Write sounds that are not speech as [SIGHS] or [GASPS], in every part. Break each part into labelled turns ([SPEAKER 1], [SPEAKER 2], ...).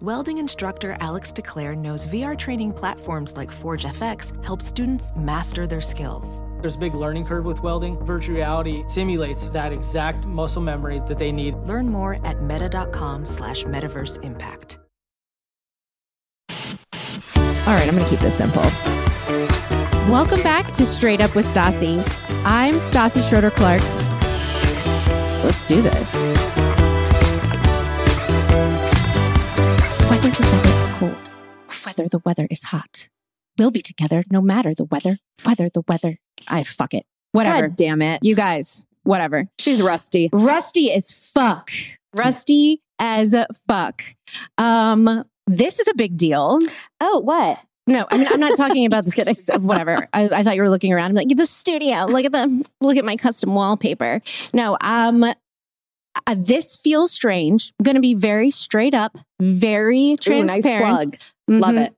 [SPEAKER 1] Welding instructor Alex DeClaire knows VR training platforms like ForgeFX help students master their skills.
[SPEAKER 2] There's a big learning curve with welding. Virtual reality simulates that exact muscle memory that they need.
[SPEAKER 1] Learn more at meta.com slash metaverse impact.
[SPEAKER 3] All right, I'm going to keep this simple. Welcome back to Straight Up with Stassi. I'm Stassi Schroeder Clark. Let's do this.
[SPEAKER 4] Whether the weather is cold, whether the weather is hot, we'll be together no matter the weather, whether the weather. I fuck it.
[SPEAKER 3] Whatever.
[SPEAKER 4] God damn it.
[SPEAKER 3] You guys, whatever.
[SPEAKER 4] She's rusty.
[SPEAKER 3] Rusty as fuck. Rusty as fuck. Um, this is a big deal.
[SPEAKER 4] Oh, what?
[SPEAKER 3] No, I mean I'm not
[SPEAKER 4] [LAUGHS]
[SPEAKER 3] talking about this. Whatever. I, I thought you were looking around. I'm like the studio. Look at the look at my custom wallpaper. No, um, uh, this feels strange. I'm going to be very straight up, very
[SPEAKER 4] Ooh, nice
[SPEAKER 3] transparent.
[SPEAKER 4] plug. Love
[SPEAKER 3] Mhm.
[SPEAKER 4] it.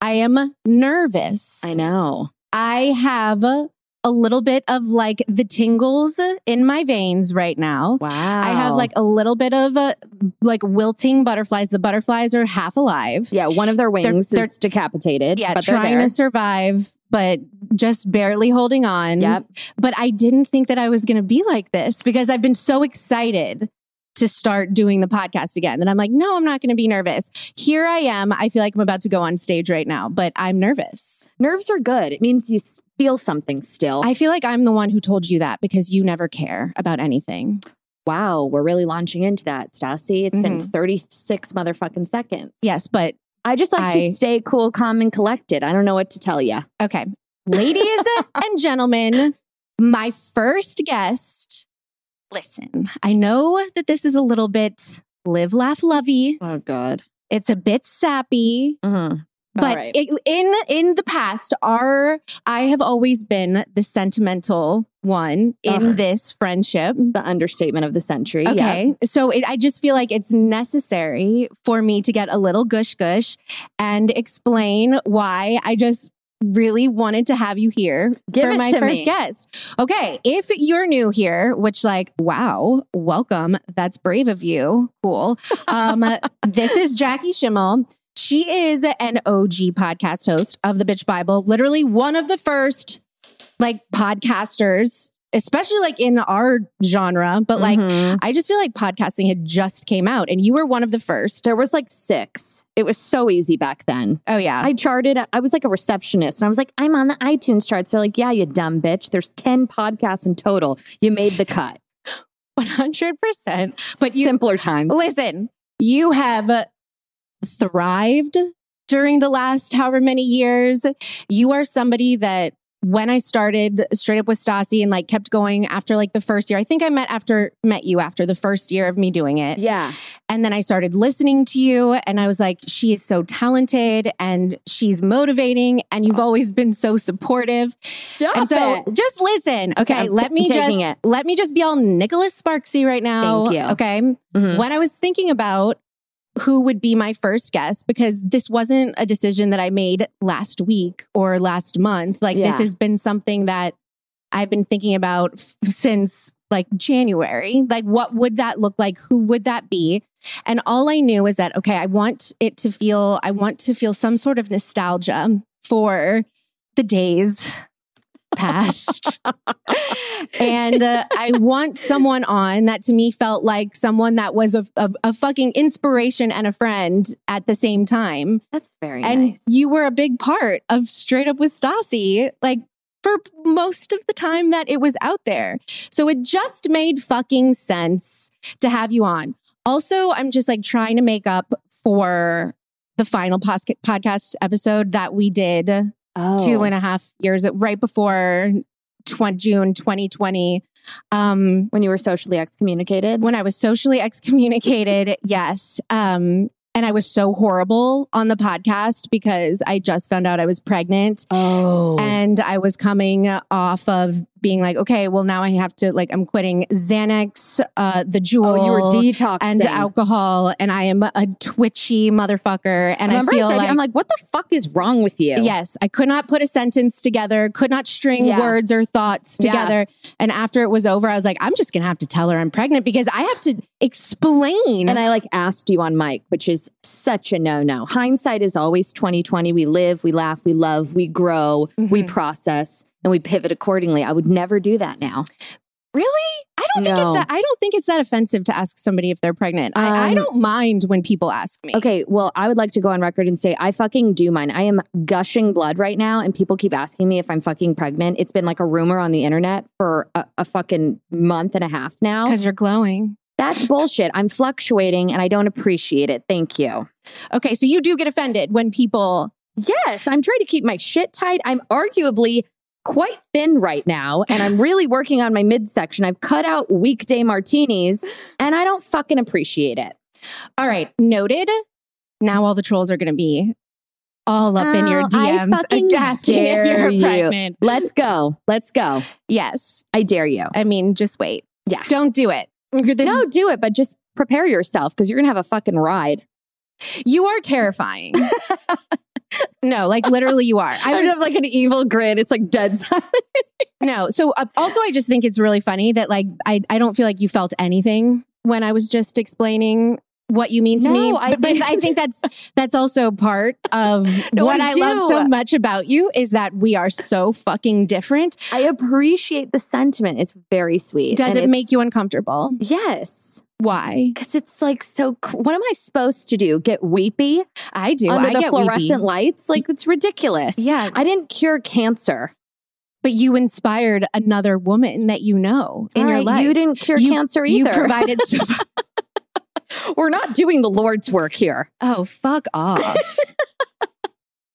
[SPEAKER 3] I am nervous.
[SPEAKER 4] I know.
[SPEAKER 3] I have a a little bit of like the tingles in my veins right now.
[SPEAKER 4] Wow.
[SPEAKER 3] I have like a little bit of uh, like wilting butterflies. The butterflies are half alive.
[SPEAKER 4] yeah, one of their wings
[SPEAKER 3] they're-
[SPEAKER 4] is decapitated.
[SPEAKER 3] yeah,
[SPEAKER 4] but they're
[SPEAKER 3] trying to
[SPEAKER 4] there.
[SPEAKER 3] survive, but just barely holding on.
[SPEAKER 4] Yep.
[SPEAKER 3] But I didn't think that I was going to be like this because I've been so excited to start doing the podcast again. And I'm like, no, I'm not going to be nervous. Here I am. I feel like I'm about to go on stage right now, but I'm nervous.
[SPEAKER 4] Nerves are good. It means you s- feel something still.
[SPEAKER 3] I feel like I'm the one who told you that because you never care about anything.
[SPEAKER 4] wow, we're really launching into that, Stassi. It's been 36 motherfucking seconds.
[SPEAKER 3] Mm-hmm. Yes, but
[SPEAKER 4] I just like
[SPEAKER 3] I-
[SPEAKER 4] to stay cool, calm, and collected. I don't know what to tell you. [LAUGHS]
[SPEAKER 3] okay. Ladies and gentlemen, my first guest. Listen, I know that this is a little bit live, laugh, lovey.
[SPEAKER 4] Oh, God. Mm-hmm.
[SPEAKER 3] It's a bit sappy, but
[SPEAKER 4] right.
[SPEAKER 3] it, in in the past, our I have always been the sentimental one in
[SPEAKER 4] Ugh.
[SPEAKER 3] this friendship.
[SPEAKER 4] the understatement of the century. yeah.
[SPEAKER 3] Okay, so it, I just feel like it's necessary for me to get a little gush gush and explain why I just really wanted to have you here
[SPEAKER 4] Give
[SPEAKER 3] for
[SPEAKER 4] it
[SPEAKER 3] my
[SPEAKER 4] to
[SPEAKER 3] first
[SPEAKER 4] me.
[SPEAKER 3] guest. Okay, if you're new here, which like wow, welcome. That's brave of you. Cool.
[SPEAKER 4] [LAUGHS]
[SPEAKER 3] Um this is Jackie Schimmel. She is an OG podcast host of the Bitch Bible, literally one of the first like podcasters, especially like in our genre, but like
[SPEAKER 4] Mhm.
[SPEAKER 3] I just feel like podcasting had just came out and you were one of the first.
[SPEAKER 4] there was like six. It was so easy back then.
[SPEAKER 3] Oh yeah.
[SPEAKER 4] I charted, I was like a receptionist and I was like, I'm on the iTunes charts. They're like, yeah, you dumb bitch. There's 10 podcasts in total. You made the cut.
[SPEAKER 3] 100%. [LAUGHS] But you
[SPEAKER 4] Simpler times.
[SPEAKER 3] listen, you have thrived during the last however many years. You are somebody that when I started straight up with Stassi and like kept going after like the first year, I think I met after met you after the first year of me doing it.
[SPEAKER 4] Yeah.
[SPEAKER 3] And then I started listening to you and I was like, she is so talented and she's motivating and you've always been so supportive.
[SPEAKER 4] Stop
[SPEAKER 3] and so
[SPEAKER 4] it.
[SPEAKER 3] just listen. Okay.
[SPEAKER 4] I'm t-
[SPEAKER 3] let me just
[SPEAKER 4] taking it.
[SPEAKER 3] let me just be all Nicholas Sparksy right now.
[SPEAKER 4] Thank you.
[SPEAKER 3] Okay.
[SPEAKER 4] Mhm.
[SPEAKER 3] When I was thinking about who would be my first guest, because this wasn't a decision that I made last week or last month. Like this
[SPEAKER 4] Yeah.
[SPEAKER 3] has been something that I've been thinking about f- since like January. Like, what would that look like? Who would that be? And all I knew is that, okay, I want it to feel, I want to feel some sort of nostalgia for the days past. and uh, I want someone on that to me felt like someone that was a, a, a fucking inspiration and a friend at the same time
[SPEAKER 4] That's very
[SPEAKER 3] and
[SPEAKER 4] nice.
[SPEAKER 3] you were a big part of straight up with Stassi, like for most of the time that it was out there. So it just made fucking sense to have you on. Also, I'm just like trying to make up for the final pos- podcast episode that we did
[SPEAKER 4] Oh.
[SPEAKER 3] two and a half years right before tw- June 2020 Um,
[SPEAKER 4] when you were socially excommunicated.
[SPEAKER 3] when I was socially [LAUGHS] excommunicated, yes. Um, and I was so horrible on the podcast because I just found out I was pregnant.
[SPEAKER 4] Oh.
[SPEAKER 3] And I was coming off of being like, okay, well, now I have to, like, I'm quitting Xanax, uh, the jewel.
[SPEAKER 4] oh, uh, you were detoxing.
[SPEAKER 3] and alcohol, and I am a twitchy motherfucker. And I
[SPEAKER 4] Remember
[SPEAKER 3] feel
[SPEAKER 4] said,
[SPEAKER 3] like,
[SPEAKER 4] I'm like, what the fuck is wrong with you?
[SPEAKER 3] Yes, I could not put a sentence together, could not string
[SPEAKER 4] Yeah.
[SPEAKER 3] words or thoughts
[SPEAKER 4] Yeah.
[SPEAKER 3] together. And after it was over, I was like, I'm just gonna have to tell her I'm pregnant because I have to explain.
[SPEAKER 4] And I like asked you on mic, which is such a no no. Hindsight is always 2020. We live, we laugh, we love, we grow, we
[SPEAKER 3] Mhm.
[SPEAKER 4] process, and we pivot accordingly. I would never do that now.
[SPEAKER 3] really, I don't think it's
[SPEAKER 4] No.
[SPEAKER 3] that. I don't think it's that offensive to ask somebody if they're pregnant. I, I
[SPEAKER 4] Um,
[SPEAKER 3] don't mind when people ask me.
[SPEAKER 4] Okay, well, I would like to go on record and say I fucking do mine. I am gushing blood right now, and people keep asking me if I'm fucking pregnant. It's been like a rumor on the internet for a, a fucking month and a half now.
[SPEAKER 3] because you're glowing.
[SPEAKER 4] That's bullshit. I'm fluctuating, and I don't appreciate it. Thank you.
[SPEAKER 3] Okay, so you do get offended when people
[SPEAKER 4] Yes, I'm trying to keep my shit tight. I'm arguably quite thin right now, and
[SPEAKER 3] [LAUGHS]
[SPEAKER 4] I'm really working on my midsection. I've cut out weekday martinis, and I don't fucking appreciate it.
[SPEAKER 3] All right, noted. Now all the trolls are going to be all up in your
[SPEAKER 4] Oh, I
[SPEAKER 3] DMs
[SPEAKER 4] fucking
[SPEAKER 3] asking if
[SPEAKER 4] dare
[SPEAKER 3] you're
[SPEAKER 4] you.
[SPEAKER 3] pregnant.
[SPEAKER 4] Let's go. Let's go.
[SPEAKER 3] Yes.
[SPEAKER 4] I dare you.
[SPEAKER 3] I mean, just wait.
[SPEAKER 4] Yeah.
[SPEAKER 3] Don't do it. You're- This
[SPEAKER 4] no,
[SPEAKER 3] is-
[SPEAKER 4] do it, but just prepare yourself because you're gonna have a fucking ride.
[SPEAKER 3] you are terrifying. [LAUGHS] no, like literally you are. I
[SPEAKER 4] would
[SPEAKER 3] would,
[SPEAKER 4] have like an evil grin. It's
[SPEAKER 3] [LAUGHS]
[SPEAKER 4] like dead silent.
[SPEAKER 3] no. So uh, also I just think it's really funny that like I I don't feel like you felt anything when I was just explaining what you mean to
[SPEAKER 4] No,
[SPEAKER 3] me.
[SPEAKER 4] I
[SPEAKER 3] but, but
[SPEAKER 4] think-
[SPEAKER 3] I think that's that's also part of
[SPEAKER 4] [LAUGHS] No,
[SPEAKER 3] what
[SPEAKER 4] I
[SPEAKER 3] I love
[SPEAKER 4] do.
[SPEAKER 3] so much about you is that we are so fucking different.
[SPEAKER 4] I appreciate the sentiment. It's very sweet.
[SPEAKER 3] Does
[SPEAKER 4] and
[SPEAKER 3] it
[SPEAKER 4] it's-
[SPEAKER 3] make you uncomfortable?
[SPEAKER 4] Yes,
[SPEAKER 3] Why?
[SPEAKER 4] because it's like so. c- What am I supposed to do? Get weepy
[SPEAKER 3] I do.
[SPEAKER 4] under
[SPEAKER 3] I
[SPEAKER 4] the
[SPEAKER 3] get weepy.
[SPEAKER 4] fluorescent lights? Like it's ridiculous.
[SPEAKER 3] Yeah,
[SPEAKER 4] I didn't cure cancer
[SPEAKER 3] but you inspired another woman that you know in
[SPEAKER 4] All
[SPEAKER 3] your
[SPEAKER 4] right,
[SPEAKER 3] life.
[SPEAKER 4] You didn't cure
[SPEAKER 3] You-
[SPEAKER 4] cancer
[SPEAKER 3] You
[SPEAKER 4] either. [LAUGHS]
[SPEAKER 3] provided. Some,
[SPEAKER 4] We're not doing the Lord's work here.
[SPEAKER 3] oh, fuck [LAUGHS] off!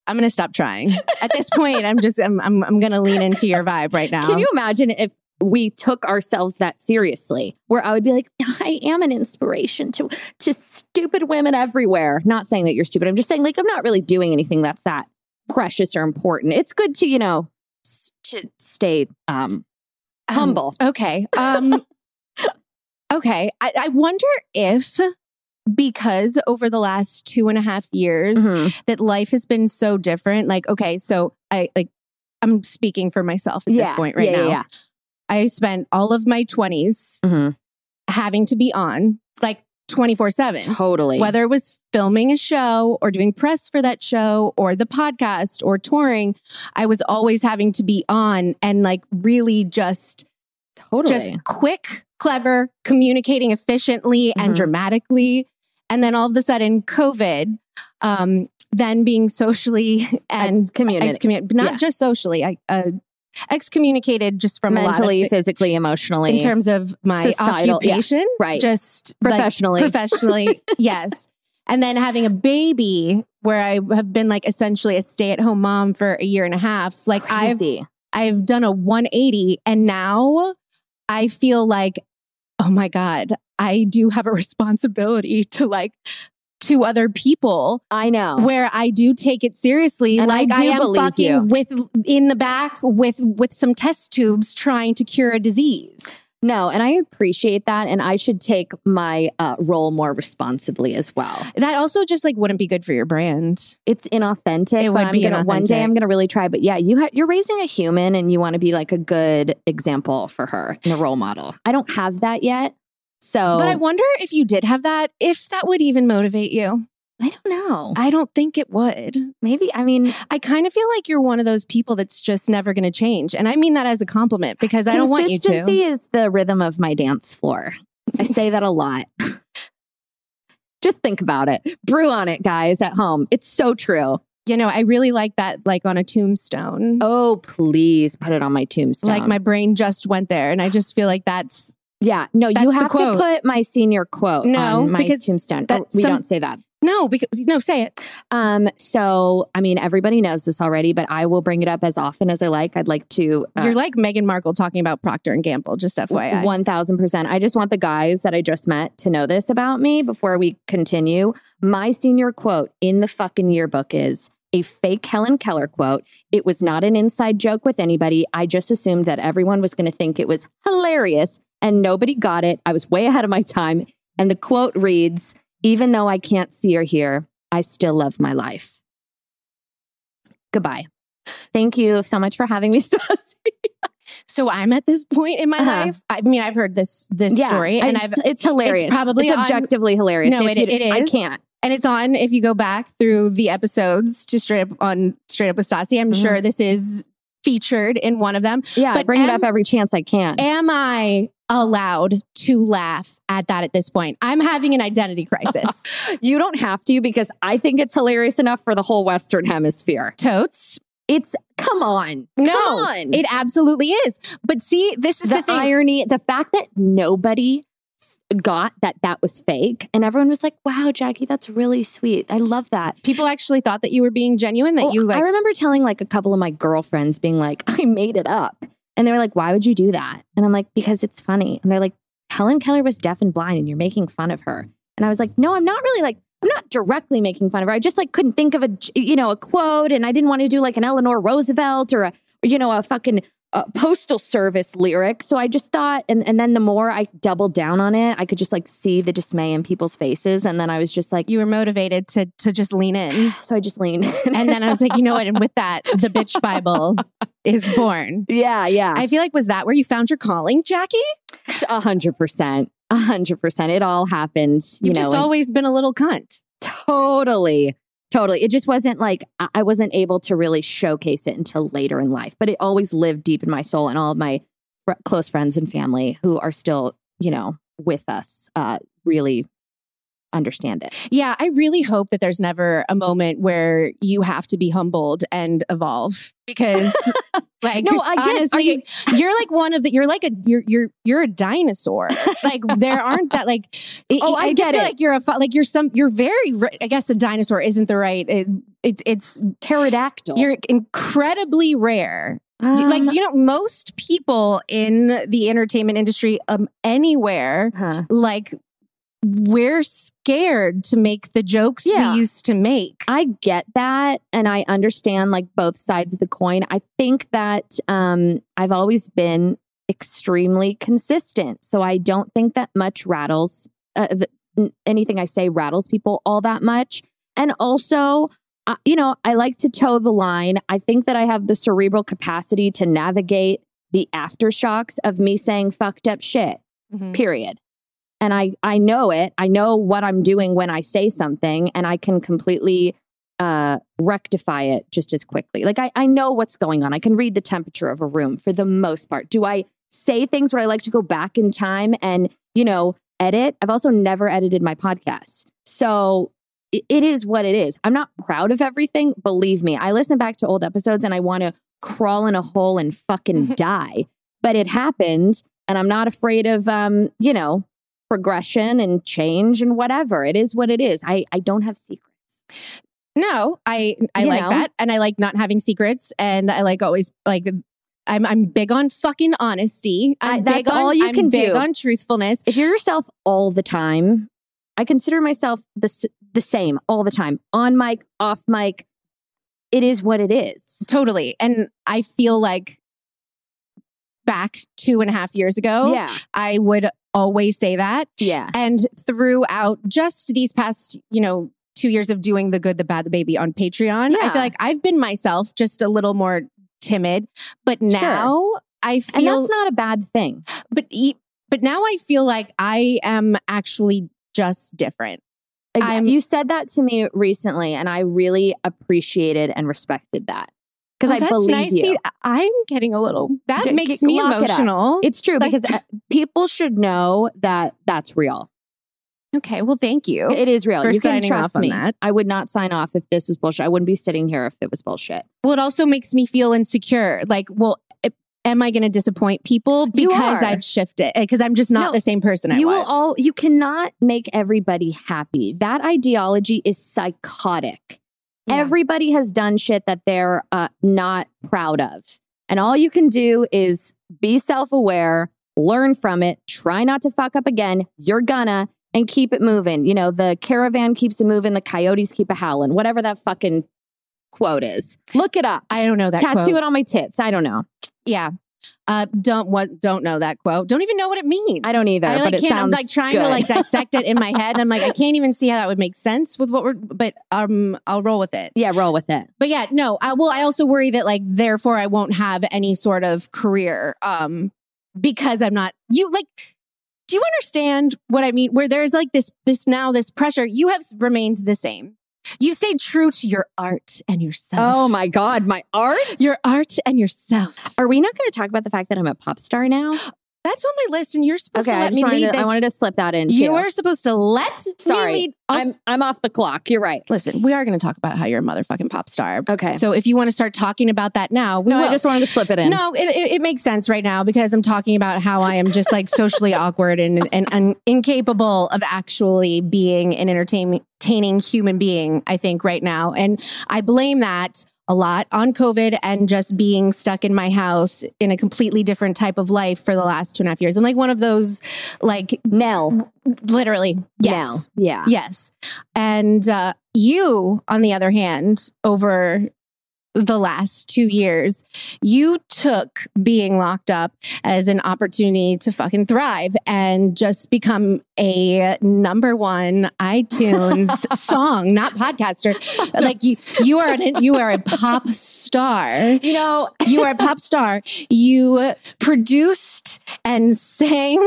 [SPEAKER 3] I'm gonna stop trying. At this point, I'm just I'm I'm, I'm gonna lean into your vibe right now.
[SPEAKER 4] Can you imagine if we took ourselves that seriously? Where I would be like, I am an inspiration to to stupid women everywhere. Not saying that you're stupid. I'm just saying like I'm not really doing anything that's that precious or important. It's good to you know s- to stay um
[SPEAKER 3] Um,
[SPEAKER 4] humble.
[SPEAKER 3] Okay. [LAUGHS] Um, okay. I, I wonder if because over the last two and a half years,
[SPEAKER 4] mm-hmm.
[SPEAKER 3] that life has been so different. Like, okay, so I like I'm speaking for myself at this point right
[SPEAKER 4] yeah,
[SPEAKER 3] now.
[SPEAKER 4] Yeah.
[SPEAKER 3] I spent all of my 20s
[SPEAKER 4] yeah.
[SPEAKER 3] having to be on like 24/7.
[SPEAKER 4] Totally.
[SPEAKER 3] Whether it was filming a show or doing press for that show or the podcast or touring, I was always having to be on and like really just
[SPEAKER 4] totally.
[SPEAKER 3] just quick, clever, communicating efficiently and
[SPEAKER 4] Mhm.
[SPEAKER 3] dramatically. And then all of a sudden, COVID, um, then being socially [LAUGHS] and
[SPEAKER 4] excommunicated.
[SPEAKER 3] excommunicated, not
[SPEAKER 4] Yeah.
[SPEAKER 3] just socially, I, uh, excommunicated just from a
[SPEAKER 4] mentally,
[SPEAKER 3] lot of thi-
[SPEAKER 4] physically, emotionally,
[SPEAKER 3] in terms of my
[SPEAKER 4] Societal, yeah,
[SPEAKER 3] occupation,
[SPEAKER 4] right,
[SPEAKER 3] just like,
[SPEAKER 4] professionally. [LAUGHS]
[SPEAKER 3] professionally, yes. And then having a baby, where I have been like essentially a stay at home mom for a year and a half, like I've
[SPEAKER 4] Crazy.
[SPEAKER 3] I've done a 180 and now I feel like, oh my God, I do have a responsibility to like to other people
[SPEAKER 4] I know.
[SPEAKER 3] where I do take it seriously.
[SPEAKER 4] Oh. And I
[SPEAKER 3] like
[SPEAKER 4] do
[SPEAKER 3] am
[SPEAKER 4] believe
[SPEAKER 3] fucking
[SPEAKER 4] you.
[SPEAKER 3] with in the back with with some test tubes trying to cure a disease.
[SPEAKER 4] No, and I appreciate that. And I should take my uh, role more responsibly as well.
[SPEAKER 3] That also just like wouldn't be good for your brand.
[SPEAKER 4] It's inauthentic.
[SPEAKER 3] It
[SPEAKER 4] but
[SPEAKER 3] would
[SPEAKER 4] I'm
[SPEAKER 3] be
[SPEAKER 4] gonna- One day
[SPEAKER 3] inauthentic.
[SPEAKER 4] I'm going to really try. But yeah, you ha- you're raising a human and you want to be like a good example for her and a role model. I don't have that yet. So,
[SPEAKER 3] But I wonder if you did have that, if that would even motivate you.
[SPEAKER 4] I don't know.
[SPEAKER 3] I don't think it would.
[SPEAKER 4] Maybe,
[SPEAKER 3] [LAUGHS]
[SPEAKER 4] I mean,
[SPEAKER 3] I kind of feel like you're one of those people that's just never going to change. And I mean that as a compliment because I don't want you to.
[SPEAKER 4] Consistency is the rhythm of my dance floor. I say that a lot. [LAUGHS] Just think about it. Brew on it, guys, at home. It's so true.
[SPEAKER 3] You know, I really like that, like on a tombstone.
[SPEAKER 4] Oh, please put it on my tombstone.
[SPEAKER 3] like my brain just went there. And I just feel like that's
[SPEAKER 4] Yeah, no,
[SPEAKER 3] That's
[SPEAKER 4] you
[SPEAKER 3] the
[SPEAKER 4] have to
[SPEAKER 3] quote.
[SPEAKER 4] put my senior quote
[SPEAKER 3] No,
[SPEAKER 4] on my
[SPEAKER 3] because
[SPEAKER 4] tombstone.
[SPEAKER 3] that
[SPEAKER 4] Oh, we
[SPEAKER 3] some-
[SPEAKER 4] don't say that.
[SPEAKER 3] No, because no, say it.
[SPEAKER 4] Um, so I mean, everybody knows this already, but I will bring it up as often as I like. I'd like to. uh,
[SPEAKER 3] You're like Meghan Markle talking about Procter and Gamble. Just FYI.
[SPEAKER 4] One thousand percent. I just want the guys that I just met to know this about me before we continue. My senior quote in the fucking yearbook is a fake Helen Keller quote. It was not an inside joke with anybody. I just assumed that everyone was going to think it was hilarious, and nobody got it. I was way ahead of my time. And the quote reads: "Even though I can't see or hear, I still love my life." Goodbye. Thank you so much for having me, [LAUGHS] Stassi.
[SPEAKER 3] So I'm at this point in my
[SPEAKER 4] Uh-huh.
[SPEAKER 3] life. I mean, I've heard this this story, and I've
[SPEAKER 4] it's, it's hilarious.
[SPEAKER 3] it's probably on-
[SPEAKER 4] objectively hilarious.
[SPEAKER 3] No,
[SPEAKER 4] If
[SPEAKER 3] it-
[SPEAKER 4] you-
[SPEAKER 3] it
[SPEAKER 4] I
[SPEAKER 3] is.
[SPEAKER 4] can't.
[SPEAKER 3] and it's on if you go back through the episodes to straight up on straight up with Stassi. I'm
[SPEAKER 4] Mhm.
[SPEAKER 3] sure this is featured in one of them.
[SPEAKER 4] Yeah, I
[SPEAKER 3] But
[SPEAKER 4] bring it
[SPEAKER 3] am-
[SPEAKER 4] up every chance I can.
[SPEAKER 3] Am I allowed to laugh at that at this point? I'm having an identity [LAUGHS] crisis.
[SPEAKER 4] you don't have to because I think it's hilarious enough for the whole Western Hemisphere.
[SPEAKER 3] Totes.
[SPEAKER 4] It's come on,
[SPEAKER 3] No,
[SPEAKER 4] come on.
[SPEAKER 3] It absolutely is. But see, this is
[SPEAKER 4] the,
[SPEAKER 3] the, thing.
[SPEAKER 4] irony, the fact that nobody got that that was fake, and everyone was like, "Wow, Jackie, that's really sweet. I love that."
[SPEAKER 3] People actually thought that you were being genuine. That
[SPEAKER 4] Oh,
[SPEAKER 3] you like.
[SPEAKER 4] I remember telling like a couple of my girlfriends being like, I made it up. And they were like, why would you do that? And I'm like, because it's funny. And they're like, Helen Keller was deaf and blind and you're making fun of her. And I was like, no, I'm not really like, I'm not directly making fun of her. I just like couldn't think of a, you know, a quote and I didn't want to do like an Eleanor Roosevelt or a, you know, a fucking uh, postal service lyric. So I just thought, and, and then the more I doubled down on it, I could just like see the dismay in people's faces. And then I was just like,
[SPEAKER 3] you were motivated to to just lean in.
[SPEAKER 4] so I just leaned. [LAUGHS]
[SPEAKER 3] [LAUGHS]
[SPEAKER 4] in.
[SPEAKER 3] And then I was like, you know what? And with that, the bitch Bible is born. [LAUGHS]
[SPEAKER 4] yeah, yeah.
[SPEAKER 3] I feel like was that where you found your calling, Jackie?
[SPEAKER 4] A hundred percent. A hundred percent. It all happened. You
[SPEAKER 3] You've
[SPEAKER 4] know,
[SPEAKER 3] just
[SPEAKER 4] and
[SPEAKER 3] always been a little cunt.
[SPEAKER 4] totally, totally. It just wasn't like I- I wasn't able to really showcase it until later in life, but it always lived deep in my soul and all of my fr- close friends and family who are still, you know, with us, uh, really understand it.
[SPEAKER 3] Yeah, I really hope that there's never a moment where you have to be humbled and evolve
[SPEAKER 4] [LAUGHS]
[SPEAKER 3] because like
[SPEAKER 4] No, I get it. Are
[SPEAKER 3] honestly,
[SPEAKER 4] you-
[SPEAKER 3] you, are like one of the you're like a you're you're you're a dinosaur. like there aren't that like
[SPEAKER 4] Oh, I
[SPEAKER 3] just
[SPEAKER 4] get
[SPEAKER 3] feel
[SPEAKER 4] it.
[SPEAKER 3] like you're a fo- like you're some you're very re- I guess a dinosaur isn't the right it, it's it's
[SPEAKER 4] Pterodactyl.
[SPEAKER 3] you're incredibly rare Do-
[SPEAKER 4] Um,
[SPEAKER 3] like you know most people in the entertainment industry um anywhere
[SPEAKER 4] huh.
[SPEAKER 3] like we're scared to make the jokes
[SPEAKER 4] Yeah.
[SPEAKER 3] we used to make
[SPEAKER 4] I get that and I understand like both sides of the coin. I think that um I've always been extremely consistent. So I don't think that much rattles uh, th- n- anything I say rattles people all that much. And also uh, you know, I like to toe the line. I think that I have the cerebral capacity to navigate the aftershocks of me saying fucked up shit
[SPEAKER 3] Mm-hmm.
[SPEAKER 4] period and i i know it i know what i'm doing when i say something and i can completely uh rectify it just as quickly like i i know what's going on i can read the temperature of a room for the most part do i say things where i like to go back in time and you know edit i've also never edited my podcast so i- it is what it is i'm not proud of everything believe me i listen back to old episodes and i want to crawl in a hole and fucking die but it happened and i'm not afraid of um you know progression and change and whatever it is what it is i i don't have secrets
[SPEAKER 3] no i i
[SPEAKER 4] You
[SPEAKER 3] like
[SPEAKER 4] know?
[SPEAKER 3] that and i like not having secrets and i like always like i'm i'm big on fucking honesty
[SPEAKER 4] I-
[SPEAKER 3] I'm
[SPEAKER 4] that's
[SPEAKER 3] big on,
[SPEAKER 4] all you
[SPEAKER 3] I'm
[SPEAKER 4] can
[SPEAKER 3] big
[SPEAKER 4] do.
[SPEAKER 3] on truthfulness
[SPEAKER 4] if you're yourself all the time i consider myself the s- the same all the time on mic off mic it is what it is
[SPEAKER 3] totally and i feel like back two and a half years ago
[SPEAKER 4] yeah
[SPEAKER 3] i would always say that
[SPEAKER 4] yeah
[SPEAKER 3] And throughout just these past, you know, two years of doing the good, the bad, the baby on Patreon, I
[SPEAKER 4] Yeah.
[SPEAKER 3] feel like I've been myself just a little more timid. But now I
[SPEAKER 4] and
[SPEAKER 3] feel,
[SPEAKER 4] that's not a bad thing
[SPEAKER 3] but e- but now I feel like I am actually just different.
[SPEAKER 4] Like,
[SPEAKER 3] I'm-
[SPEAKER 4] you said that to me recently and i really appreciated and respected that because
[SPEAKER 3] Oh,
[SPEAKER 4] i
[SPEAKER 3] that's
[SPEAKER 4] believe
[SPEAKER 3] nice.
[SPEAKER 4] you
[SPEAKER 3] See, I- I'm getting a little. That
[SPEAKER 4] Get-
[SPEAKER 3] makes
[SPEAKER 4] get-
[SPEAKER 3] me
[SPEAKER 4] lock it up.
[SPEAKER 3] emotional.
[SPEAKER 4] it's true
[SPEAKER 3] Like-
[SPEAKER 4] because uh, people should know that that's real
[SPEAKER 3] okay, well, thank you.
[SPEAKER 4] It is real.
[SPEAKER 3] for
[SPEAKER 4] you can
[SPEAKER 3] Oh, signing
[SPEAKER 4] trust
[SPEAKER 3] off on
[SPEAKER 4] me.
[SPEAKER 3] that.
[SPEAKER 4] I would not sign off if this was bullshit. I wouldn't be sitting here if it was bullshit.
[SPEAKER 3] well, it also makes me feel insecure. Like, well, it, am I going to disappoint people because
[SPEAKER 4] are.
[SPEAKER 3] I've shifted? Because I'm just not
[SPEAKER 4] No,
[SPEAKER 3] the same person I
[SPEAKER 4] you
[SPEAKER 3] was.
[SPEAKER 4] will all you cannot make everybody happy. That ideology is psychotic.
[SPEAKER 3] Yeah.
[SPEAKER 4] Everybody has done shit that they're uh, not proud of. And all you can do is be self-aware, learn from it, try not to fuck up again. You're gonna and keep it moving. You know, the caravan keeps a moving, the coyotes keep a howling, whatever that fucking quote is. Look it up.
[SPEAKER 3] I don't know that
[SPEAKER 4] Tattoo
[SPEAKER 3] quote.
[SPEAKER 4] it on my tits. I don't know.
[SPEAKER 3] Yeah. Uh, don't what don't know that quote. Don't even know what it means.
[SPEAKER 4] I don't either,
[SPEAKER 3] I, like,
[SPEAKER 4] but it
[SPEAKER 3] can't, I'm
[SPEAKER 4] sounds
[SPEAKER 3] like trying to
[SPEAKER 4] good.
[SPEAKER 3] like dissect it in my head. And I'm like, I can't even see how that would make sense with what we're. But um, I'll roll with it.
[SPEAKER 4] Yeah, roll with it.
[SPEAKER 3] But yeah, no. I well, I also worry that like therefore I won't have any sort of career um because I'm not you like do you understand what I mean where there's like this this now this pressure you have remained the same. You've stayed true to your art and yourself.
[SPEAKER 4] [LAUGHS] Oh my god, my art.
[SPEAKER 3] Your art and yourself.
[SPEAKER 4] Are we not going to talk about the fact that I'm a pop star now?
[SPEAKER 3] That's on my list and you're supposed
[SPEAKER 4] Okay,
[SPEAKER 3] to
[SPEAKER 4] I,
[SPEAKER 3] let
[SPEAKER 4] just
[SPEAKER 3] me
[SPEAKER 4] wanted
[SPEAKER 3] lead
[SPEAKER 4] to,
[SPEAKER 3] this.
[SPEAKER 4] I wanted to slip that in.
[SPEAKER 3] you
[SPEAKER 4] too.
[SPEAKER 3] were supposed to let
[SPEAKER 4] Sorry.
[SPEAKER 3] me lead
[SPEAKER 4] I'm,
[SPEAKER 3] us.
[SPEAKER 4] I'm off the clock. You're right.
[SPEAKER 3] Listen, we are going to talk about how you're a motherfucking pop star.
[SPEAKER 4] Okay.
[SPEAKER 3] So if you want to start talking about that now, we
[SPEAKER 4] no,
[SPEAKER 3] will.
[SPEAKER 4] I just wanted to slip it in.
[SPEAKER 3] No, it, it, it makes sense right now because I'm talking about how I am just like socially [LAUGHS] awkward and, and, and incapable of actually being an entertain- entertaining human being, I think, right now. And I blame that a lot on COVID and just being stuck in my house in a completely different type of life for the last two and a half years. I'm like one of those, like,
[SPEAKER 4] Nell.
[SPEAKER 3] literally, yes.
[SPEAKER 4] Nell. Yeah.
[SPEAKER 3] Yes. And uh, you, on the other hand, over the last two years, you took being locked up as an opportunity to fucking thrive and just become a number one
[SPEAKER 4] [LAUGHS]
[SPEAKER 3] iTunes song, not podcaster. Like you, you are an, you are a pop star.
[SPEAKER 4] You know,
[SPEAKER 3] You are a pop star. You produced and sang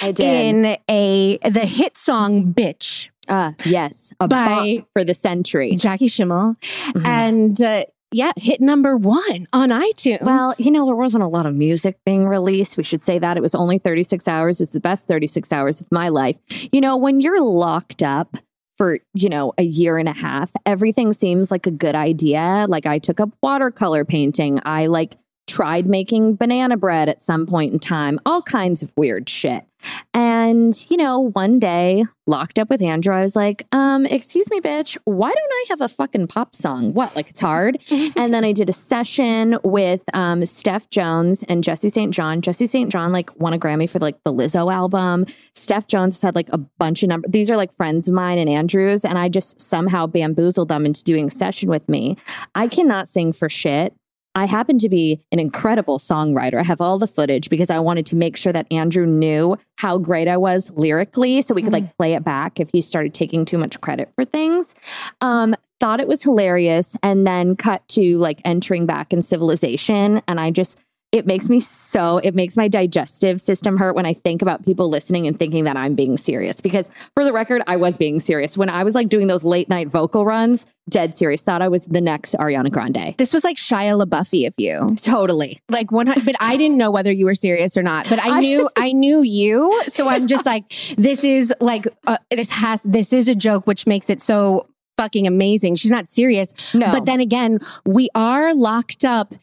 [SPEAKER 4] I did.
[SPEAKER 3] in a the hit song "Bitch"
[SPEAKER 4] uh, yes. A
[SPEAKER 3] By-
[SPEAKER 4] bop for the century.
[SPEAKER 3] Jackie Schimmel,
[SPEAKER 4] Mhm.
[SPEAKER 3] and uh, yeah, hit number one on iTunes.
[SPEAKER 4] Well, you know, there wasn't a lot of music being released. We should say that. It was only 36 hours. It was the best 36 hours of my life. You know, when you're locked up for, you know, a year and a half, everything seems like a good idea. Like I took up watercolor painting. I like tried making banana bread at some point in time, all kinds of weird shit. And, you know, one day, locked up with Andrew, I was like, um, excuse me, bitch, why don't I have a fucking pop song? What? Like it's hard. [LAUGHS] and then I did a session with um Steph Jones and Jesse St. John. Jesse St. John like won a Grammy for like the Lizzo album. Steph Jones had like a bunch of numbers. These are like friends of mine and Andrew's, and I just somehow bamboozled them into doing a session with me. I cannot sing for shit. I happen to be an incredible songwriter. I have all the footage because I wanted to make sure that Andrew knew how great I was lyrically so we could like play it back if he started taking too much credit for things. Um, thought it was hilarious and then cut to like entering back in civilization. And I just, it makes me so, it makes my digestive system hurt when I think about people listening and thinking that I'm being serious. Because for the record, I was being serious. When I was like doing those late night vocal runs, dead serious, thought I was the next Ariana Grande.
[SPEAKER 3] this was like Shia LaBeoufy of you,
[SPEAKER 4] Totally.
[SPEAKER 3] like one. hun- But I didn't know whether you were serious or not. But I
[SPEAKER 4] I- [LAUGHS]
[SPEAKER 3] knew, I knew you. So I'm just like, this is like, uh, this has, this is a joke, which makes it so fucking amazing. She's not serious,
[SPEAKER 4] No.
[SPEAKER 3] but then again, we are locked up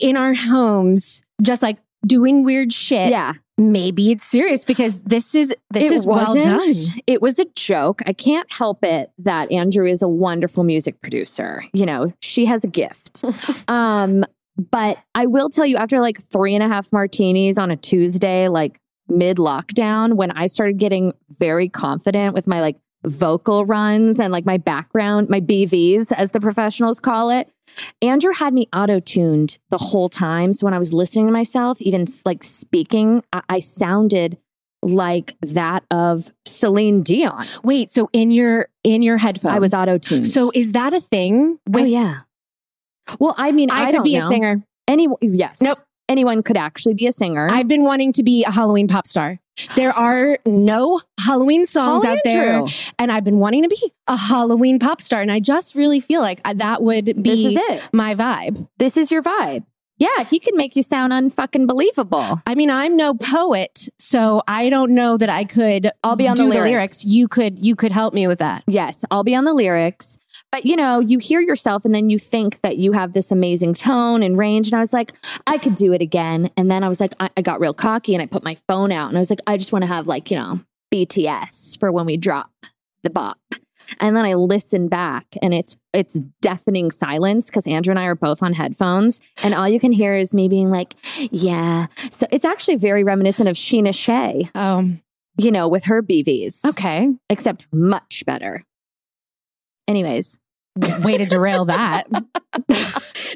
[SPEAKER 3] in our homes, just like doing weird shit.
[SPEAKER 4] yeah,
[SPEAKER 3] Maybe it's serious because this is this is well done.
[SPEAKER 4] It was a joke. I can't help it that Andrew is a wonderful music producer. You know, she has
[SPEAKER 3] [LAUGHS]
[SPEAKER 4] a gift. um, but I will tell you, after like three and a half martinis on a Tuesday, like mid lockdown, when I started getting very confident with my like vocal runs and like my background, my BVs, as the professionals call it. Andrew had me auto tuned the whole time. So when I was listening to myself, even like speaking, I, I sounded like that of Celine Dion.
[SPEAKER 3] Wait, so in your in your headphones,
[SPEAKER 4] I was auto tuned.
[SPEAKER 3] So is that a thing?
[SPEAKER 4] oh,
[SPEAKER 3] With,
[SPEAKER 4] yeah. Well, I mean, I,
[SPEAKER 3] I,
[SPEAKER 4] don't
[SPEAKER 3] could be
[SPEAKER 4] know.
[SPEAKER 3] a singer.
[SPEAKER 4] Any, yes.
[SPEAKER 3] Nope.
[SPEAKER 4] Anyone could actually be a singer.
[SPEAKER 3] I've been wanting to be a Halloween pop star. There are no Halloween songs
[SPEAKER 4] Call
[SPEAKER 3] out there,
[SPEAKER 4] Andrew.
[SPEAKER 3] and I've been wanting to be a Halloween pop star. And I just really feel like I- that uh, would be
[SPEAKER 4] This is it.
[SPEAKER 3] my vibe.
[SPEAKER 4] This is your vibe. Yeah, he can make you sound unfucking believable.
[SPEAKER 3] I mean, I'm no poet, so I don't know that I could.
[SPEAKER 4] I'll be on the
[SPEAKER 3] do
[SPEAKER 4] lyrics.
[SPEAKER 3] You could you could help me with that.
[SPEAKER 4] Yes, I'll be on the lyrics. But you know, you hear yourself and then you think that you have this amazing tone and range. And I was like, I could do it again. And then I was like, I, I got real cocky and I put my phone out and I was like, I just want to have like, you know, BTS for when we drop the bop. And then I listen back and it's it's deafening silence because Andrew and I are both on headphones and all you can hear is me being like, yeah. So it's actually very reminiscent of Sheena Shea,
[SPEAKER 3] Um.
[SPEAKER 4] you know, with her BVs
[SPEAKER 3] Okay.
[SPEAKER 4] except much better. Anyways,
[SPEAKER 3] Way to derail that.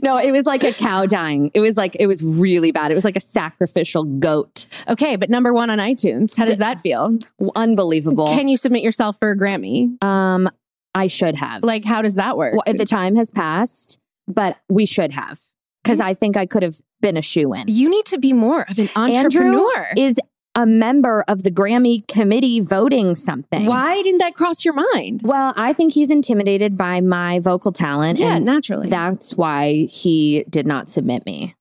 [SPEAKER 4] no, it was like a cow dying. It was like, it was really bad. It was like a sacrificial goat.
[SPEAKER 3] [LAUGHS] Okay, but number one on iTunes. How does that feel?
[SPEAKER 4] Unbelievable.
[SPEAKER 3] Can you submit yourself for a Grammy?
[SPEAKER 4] um, I should have. Like,
[SPEAKER 3] Like, uh, how does that work?
[SPEAKER 4] the time has passed, but we should have because I think I could have been a shoe in.
[SPEAKER 3] you need to be more of an
[SPEAKER 4] Andrew
[SPEAKER 3] entrepreneur.
[SPEAKER 4] is a member of the Grammy committee voting something.
[SPEAKER 3] Why didn't that cross your mind?
[SPEAKER 4] Well, I think he's intimidated by my vocal talent.
[SPEAKER 3] Yeah,
[SPEAKER 4] and
[SPEAKER 3] naturally.
[SPEAKER 4] That's why he did not submit me.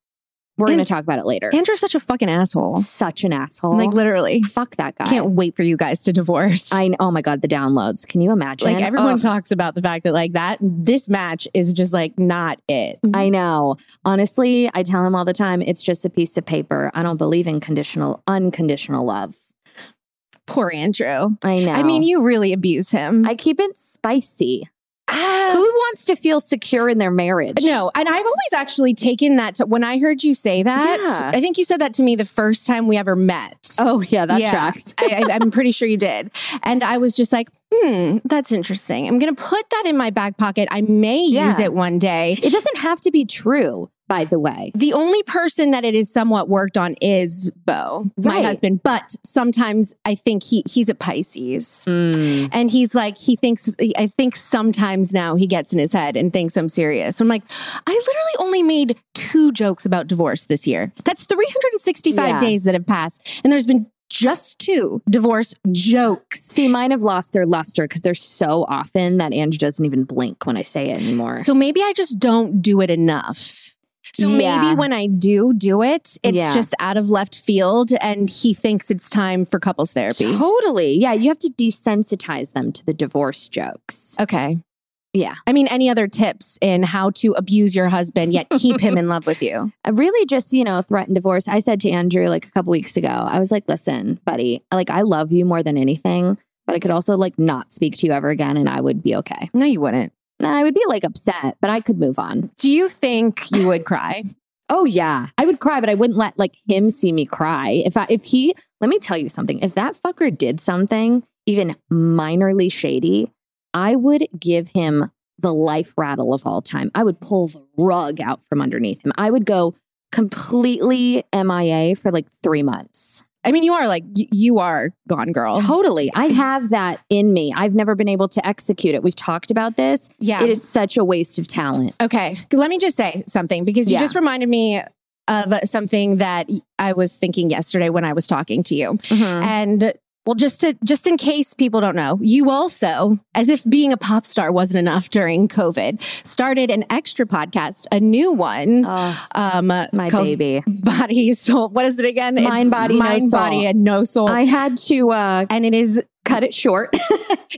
[SPEAKER 4] We're
[SPEAKER 3] And-
[SPEAKER 4] going to talk about it later.
[SPEAKER 3] Andrew's such a fucking asshole.
[SPEAKER 4] Such an asshole.
[SPEAKER 3] Like literally.
[SPEAKER 4] fuck that guy.
[SPEAKER 3] Can't wait for you guys to divorce.
[SPEAKER 4] I oh my god, the downloads. Can you imagine?
[SPEAKER 3] [LAUGHS] like everyone
[SPEAKER 4] Ugh.
[SPEAKER 3] talks about the fact that like that this match is just like not it.
[SPEAKER 4] I know. Honestly, I tell him all the time, it's just a piece of paper. I don't believe in conditional, unconditional love.
[SPEAKER 3] Poor Andrew.
[SPEAKER 4] I know.
[SPEAKER 3] I mean, you really abuse him.
[SPEAKER 4] I keep it spicy.
[SPEAKER 3] Ah.
[SPEAKER 4] Who wants to feel secure in their marriage?
[SPEAKER 3] No, and I've always actually taken that to when I heard you say that.
[SPEAKER 4] Yeah.
[SPEAKER 3] I think you said that to me the first time we ever met.
[SPEAKER 4] Oh yeah, that
[SPEAKER 3] Yeah.
[SPEAKER 4] tracks.
[SPEAKER 3] I, I, I'm pretty sure you did. And I was just like, hmm, that's interesting. I'm going to put that in my back pocket. I may
[SPEAKER 4] Yeah.
[SPEAKER 3] use it one day.
[SPEAKER 4] It doesn't have to be true, by the way.
[SPEAKER 3] The only person that it is somewhat worked on is Bo, my
[SPEAKER 4] Right.
[SPEAKER 3] husband. But sometimes I think he he's a Pisces. And he's like, he thinks, I think sometimes now he gets in his head and thinks I'm serious. I'm like, I literally only made two jokes about divorce this year. That's 365
[SPEAKER 4] Yeah.
[SPEAKER 3] days that have passed. And there's been just two divorce jokes.
[SPEAKER 4] See, mine have lost their luster because they're so often that Andrew doesn't even blink when I say it anymore.
[SPEAKER 3] So maybe I just don't do it enough. So
[SPEAKER 4] Yeah.
[SPEAKER 3] maybe when I do do it, it's
[SPEAKER 4] Yeah.
[SPEAKER 3] just out of left field and he thinks it's time for couples therapy.
[SPEAKER 4] Totally. Yeah, you have to desensitize them to the divorce jokes.
[SPEAKER 3] Okay.
[SPEAKER 4] Yeah.
[SPEAKER 3] I mean, any other tips in how to abuse your husband yet keep him in love with you?
[SPEAKER 4] [LAUGHS] I really just, you know, threatened divorce. I said to Andrew like a couple weeks ago, I was like, listen, buddy, like I love you more than anything, but I could also like not speak to you ever again and I would be okay.
[SPEAKER 3] No, you wouldn't.
[SPEAKER 4] And I would be like upset, but I could move on.
[SPEAKER 3] Do you think you would cry?
[SPEAKER 4] Oh yeah. I would cry, but I wouldn't let like him see me cry. If I if he let me tell you something, if that fucker did something even minorly shady, I would give him the life rattle of all time. I would pull the rug out from underneath him. I would go completely MIA for like three months.
[SPEAKER 3] I mean, you are like, y- you are gone girl.
[SPEAKER 4] Totally. I have that in me. I've never been able to execute it. We've talked about this.
[SPEAKER 3] Yeah.
[SPEAKER 4] It is such a waste of talent.
[SPEAKER 3] Okay. Let me just say something because you
[SPEAKER 4] Yeah.
[SPEAKER 3] just reminded me of something that I was thinking yesterday when I was talking to you.
[SPEAKER 4] Mm-hmm.
[SPEAKER 3] And well, just to just in case people don't know, you also, as if being a pop star wasn't enough during COVID, started an extra podcast, a new one.
[SPEAKER 4] Oh,
[SPEAKER 3] um,
[SPEAKER 4] my
[SPEAKER 3] called
[SPEAKER 4] baby.
[SPEAKER 3] Body Soul. What is it again?
[SPEAKER 4] Mind, body, no
[SPEAKER 3] mind,
[SPEAKER 4] soul.
[SPEAKER 3] body, and no soul.
[SPEAKER 4] I had to uh,
[SPEAKER 3] and it is
[SPEAKER 4] cut it short. [LAUGHS]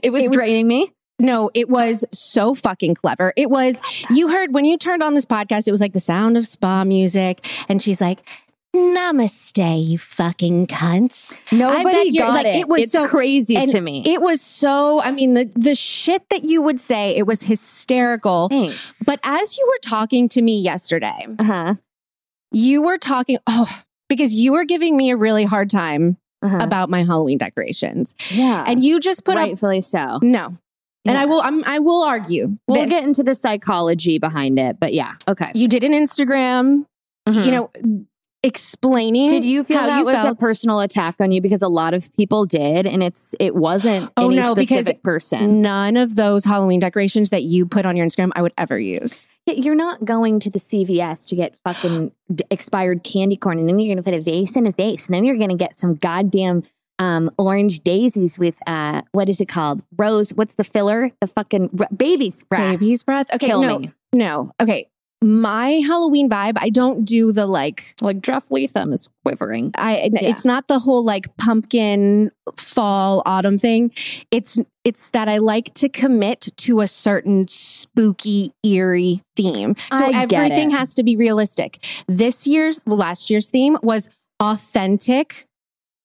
[SPEAKER 4] it was
[SPEAKER 3] It was-
[SPEAKER 4] draining me.
[SPEAKER 3] No, it was so fucking clever. It was, you heard when you turned on this podcast, it was like the sound of spa music. And she's like, Namaste, you fucking cunts.
[SPEAKER 4] Nobody
[SPEAKER 3] you're-
[SPEAKER 4] got
[SPEAKER 3] like,
[SPEAKER 4] it.
[SPEAKER 3] it was
[SPEAKER 4] it's
[SPEAKER 3] so-
[SPEAKER 4] crazy
[SPEAKER 3] and
[SPEAKER 4] to me.
[SPEAKER 3] It was so, I mean, the, the shit that you would say, it was hysterical.
[SPEAKER 4] Thanks.
[SPEAKER 3] But as you were talking to me yesterday,
[SPEAKER 4] uh-huh,
[SPEAKER 3] you were talking, oh, because you were giving me a really hard time
[SPEAKER 4] uh-huh.
[SPEAKER 3] about my Halloween decorations.
[SPEAKER 4] yeah,
[SPEAKER 3] And you just put up,
[SPEAKER 4] rightfully so.
[SPEAKER 3] no. And
[SPEAKER 4] Yeah.
[SPEAKER 3] I will, I'm, I will argue.
[SPEAKER 4] We'll
[SPEAKER 3] this.
[SPEAKER 4] get into the psychology behind it, but yeah, okay.
[SPEAKER 3] you did an Instagram, you know, explaining.
[SPEAKER 4] Mm-hmm. did you feel
[SPEAKER 3] how
[SPEAKER 4] that
[SPEAKER 3] you
[SPEAKER 4] was
[SPEAKER 3] felt.
[SPEAKER 4] a personal attack on you? Because a lot of people did, and it's it wasn't
[SPEAKER 3] Oh,
[SPEAKER 4] any
[SPEAKER 3] no, because-
[SPEAKER 4] specific person.
[SPEAKER 3] None of those Halloween decorations that you put on your Instagram, I would ever use.
[SPEAKER 4] Yeah, You're not going to the CVS to get [SIGHS] fucking d- expired candy corn, and then you're going to put a vase in a vase, and then you're going to get some goddamn um, orange daisies with uh, what is it called? Rose? What's the filler? The fucking r- baby's breath.
[SPEAKER 3] Baby's breath. Okay,
[SPEAKER 4] Kill
[SPEAKER 3] no,
[SPEAKER 4] me.
[SPEAKER 3] no. Okay, my Halloween vibe, I don't do the like
[SPEAKER 4] Like Jeff Latham is quivering.
[SPEAKER 3] I
[SPEAKER 4] Yeah.
[SPEAKER 3] it's not the whole like pumpkin fall autumn thing. It's it's that I like to commit to a certain spooky eerie theme. So
[SPEAKER 4] I get
[SPEAKER 3] everything
[SPEAKER 4] it.
[SPEAKER 3] has to be realistic. This year's well, last year's theme was authentic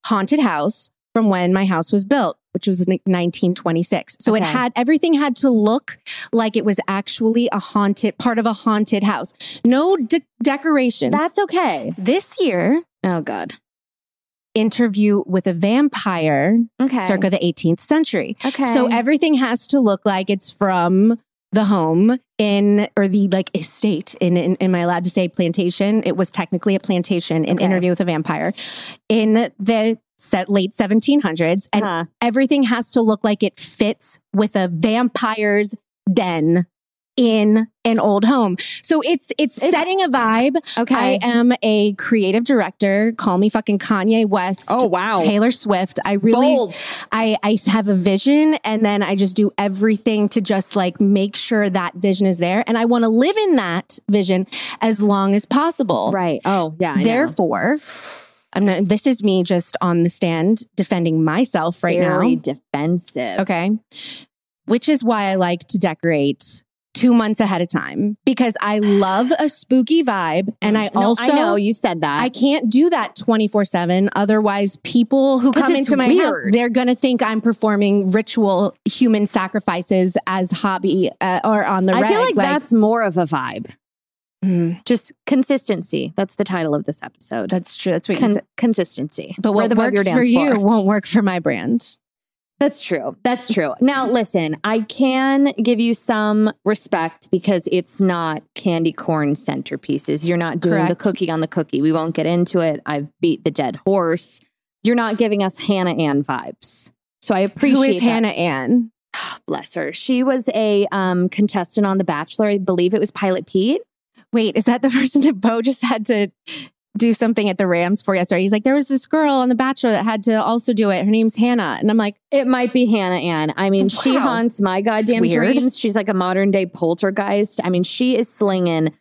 [SPEAKER 3] haunted house from when my house was built, which was in 1926. So it
[SPEAKER 4] Okay.
[SPEAKER 3] had everything had to look like it was actually a haunted part of a haunted house. No de- decoration.
[SPEAKER 4] That's okay.
[SPEAKER 3] this year
[SPEAKER 4] Oh God.
[SPEAKER 3] interview with a vampire
[SPEAKER 4] Okay.
[SPEAKER 3] circa the 18th century.
[SPEAKER 4] Okay.
[SPEAKER 3] So everything has to look like it's from the home in or the like estate in, in am I allowed to say plantation? It was technically a plantation in
[SPEAKER 4] Okay.
[SPEAKER 3] interview with a vampire in the set late 1700s and
[SPEAKER 4] Huh.
[SPEAKER 3] everything has to look like it fits with a vampire's den in an old home. So it's it's,
[SPEAKER 4] It's-
[SPEAKER 3] setting a vibe.
[SPEAKER 4] okay.
[SPEAKER 3] I am a creative director. Call me fucking Kanye West.
[SPEAKER 4] oh wow.
[SPEAKER 3] Taylor Swift. I really,
[SPEAKER 4] Bold.
[SPEAKER 3] I, I have a vision and then I just do everything to just like make sure that vision is there. And I want to live in that vision as long as possible.
[SPEAKER 4] Right. Oh yeah. I know.
[SPEAKER 3] Therefore, I'm not, this is me just on the stand defending myself right
[SPEAKER 4] Very
[SPEAKER 3] now.
[SPEAKER 4] defensive.
[SPEAKER 3] Okay. Which is why I like to decorate two months ahead of time because I love a spooky vibe. And I
[SPEAKER 4] Mm. No,
[SPEAKER 3] also,
[SPEAKER 4] I know you've said that.
[SPEAKER 3] I can't do that 24 7. Otherwise, people who
[SPEAKER 4] 'Cause
[SPEAKER 3] come
[SPEAKER 4] it's
[SPEAKER 3] into my house,
[SPEAKER 4] weird.
[SPEAKER 3] they're going to think I'm performing ritual human sacrifices as hobby uh, or on the
[SPEAKER 4] I
[SPEAKER 3] reg.
[SPEAKER 4] feel like, that's more of a vibe.
[SPEAKER 3] Mm,
[SPEAKER 4] Just consistency. That's the title of this episode.
[SPEAKER 3] that's true. That's what you
[SPEAKER 4] Con-
[SPEAKER 3] said.
[SPEAKER 4] consistency.
[SPEAKER 3] But what
[SPEAKER 4] Rhythm of your
[SPEAKER 3] works
[SPEAKER 4] dance
[SPEAKER 3] for you
[SPEAKER 4] floor.
[SPEAKER 3] won't work for my brand.
[SPEAKER 4] That's true. That's true. Now, listen, I can give you some respect because it's not candy corn centerpieces. You're not doing the
[SPEAKER 3] Correct.
[SPEAKER 4] cookie on the cookie. We won't get into it. I've beat the dead horse. You're not giving us Hannah Ann vibes. So I appreciate
[SPEAKER 3] Who is
[SPEAKER 4] that.
[SPEAKER 3] Hannah Ann?
[SPEAKER 4] Bless her. She was a um, contestant on The Bachelor. I believe it was Pilot Pete.
[SPEAKER 3] Wait, is that the [LAUGHS] person that Bo just had to do something at the Rams for yesterday? He's like, there was this girl on The Bachelor that had to also do it. Her name's Hannah. And I'm like,
[SPEAKER 4] It might be Hannah Ann. I mean, she
[SPEAKER 3] Wow.
[SPEAKER 4] haunts my goddamn
[SPEAKER 3] weird.
[SPEAKER 4] dreams. She's like a modern day poltergeist. I mean, she is slinging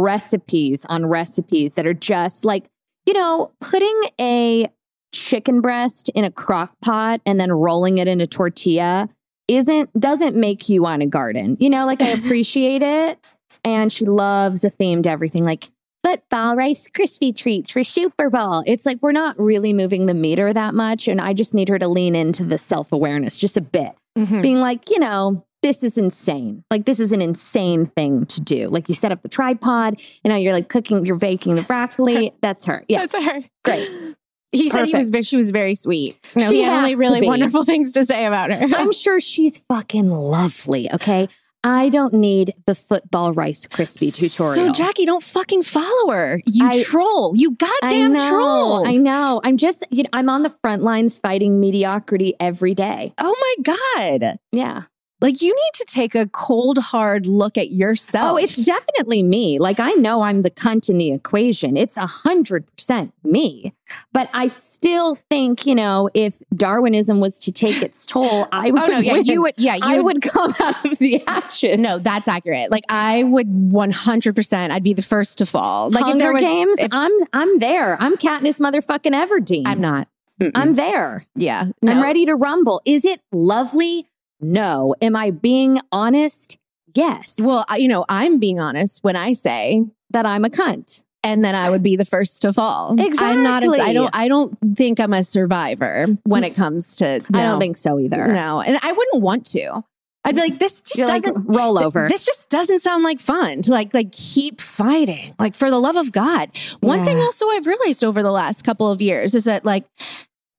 [SPEAKER 4] recipes on recipes that are just like, you know, putting a chicken breast in a crock pot and then rolling it in a tortilla isn't doesn't make you want a garden. You know, like I appreciate it. And she loves a themed everything like football rice crispy treats for Super Bowl. It's like we're not really moving the meter that much. And I just need her to lean into the self-awareness just a bit being like, you know, this is insane. Like, this is an insane thing to do. Like, you set up the tripod, and now you're like cooking, you're baking the broccoli. That's her. Yeah,
[SPEAKER 3] that's her.
[SPEAKER 4] great.
[SPEAKER 3] He said he was.
[SPEAKER 4] Perfect.
[SPEAKER 3] She was very sweet. No,
[SPEAKER 4] She
[SPEAKER 3] he had
[SPEAKER 4] has
[SPEAKER 3] only
[SPEAKER 4] to
[SPEAKER 3] really
[SPEAKER 4] be.
[SPEAKER 3] wonderful [LAUGHS] things to say about her. [LAUGHS]
[SPEAKER 4] I'm sure she's fucking lovely. Okay. I don't need the football Rice crispy tutorial.
[SPEAKER 3] So Jackie, don't fucking follow her. You
[SPEAKER 4] I-
[SPEAKER 3] troll. You
[SPEAKER 4] I
[SPEAKER 3] goddamn
[SPEAKER 4] know,
[SPEAKER 3] troll.
[SPEAKER 4] I know. I'm just, you know, I'm on the front lines fighting mediocrity every day.
[SPEAKER 3] oh my god!
[SPEAKER 4] Yeah.
[SPEAKER 3] Like you need to take a cold, hard look at yourself.
[SPEAKER 4] Oh, it's definitely me. Like I know I'm the cunt in the equation. It's a hundred percent me. But I still think, you know, if Darwinism was to take its toll, I would.
[SPEAKER 3] Oh
[SPEAKER 4] [LAUGHS]
[SPEAKER 3] no, yeah,
[SPEAKER 4] win.
[SPEAKER 3] you would. Yeah, you
[SPEAKER 4] I would come [LAUGHS] out of the
[SPEAKER 3] [LAUGHS]
[SPEAKER 4] ashes. [LAUGHS]
[SPEAKER 3] No, that's accurate. Like I would 100. percent I'd be the first to fall. Like
[SPEAKER 4] Hunger
[SPEAKER 3] if there was
[SPEAKER 4] Games.
[SPEAKER 3] if-
[SPEAKER 4] I'm I'm there. I'm Katniss motherfucking Everdeen.
[SPEAKER 3] I'm not.
[SPEAKER 4] I'm there.
[SPEAKER 3] Yeah, no.
[SPEAKER 4] I'm ready to rumble. Is it lovely? No. Am I being honest? Yes.
[SPEAKER 3] Well, I- you know, I'm being honest when I say
[SPEAKER 4] that I'm a cunt.
[SPEAKER 3] and then I would be the first to fall. I'm not. A, I
[SPEAKER 4] Exactly.
[SPEAKER 3] don't. I don't think I'm a survivor when it comes to.
[SPEAKER 4] I
[SPEAKER 3] no.
[SPEAKER 4] don't think so either.
[SPEAKER 3] No, and I wouldn't want to. I'd be like, this just
[SPEAKER 4] You're like,
[SPEAKER 3] doesn't
[SPEAKER 4] roll over.
[SPEAKER 3] This just doesn't sound like fun to like like keep fighting. Like for the love of God. One thing
[SPEAKER 4] Yeah.
[SPEAKER 3] also I've realized over the last couple of years is that like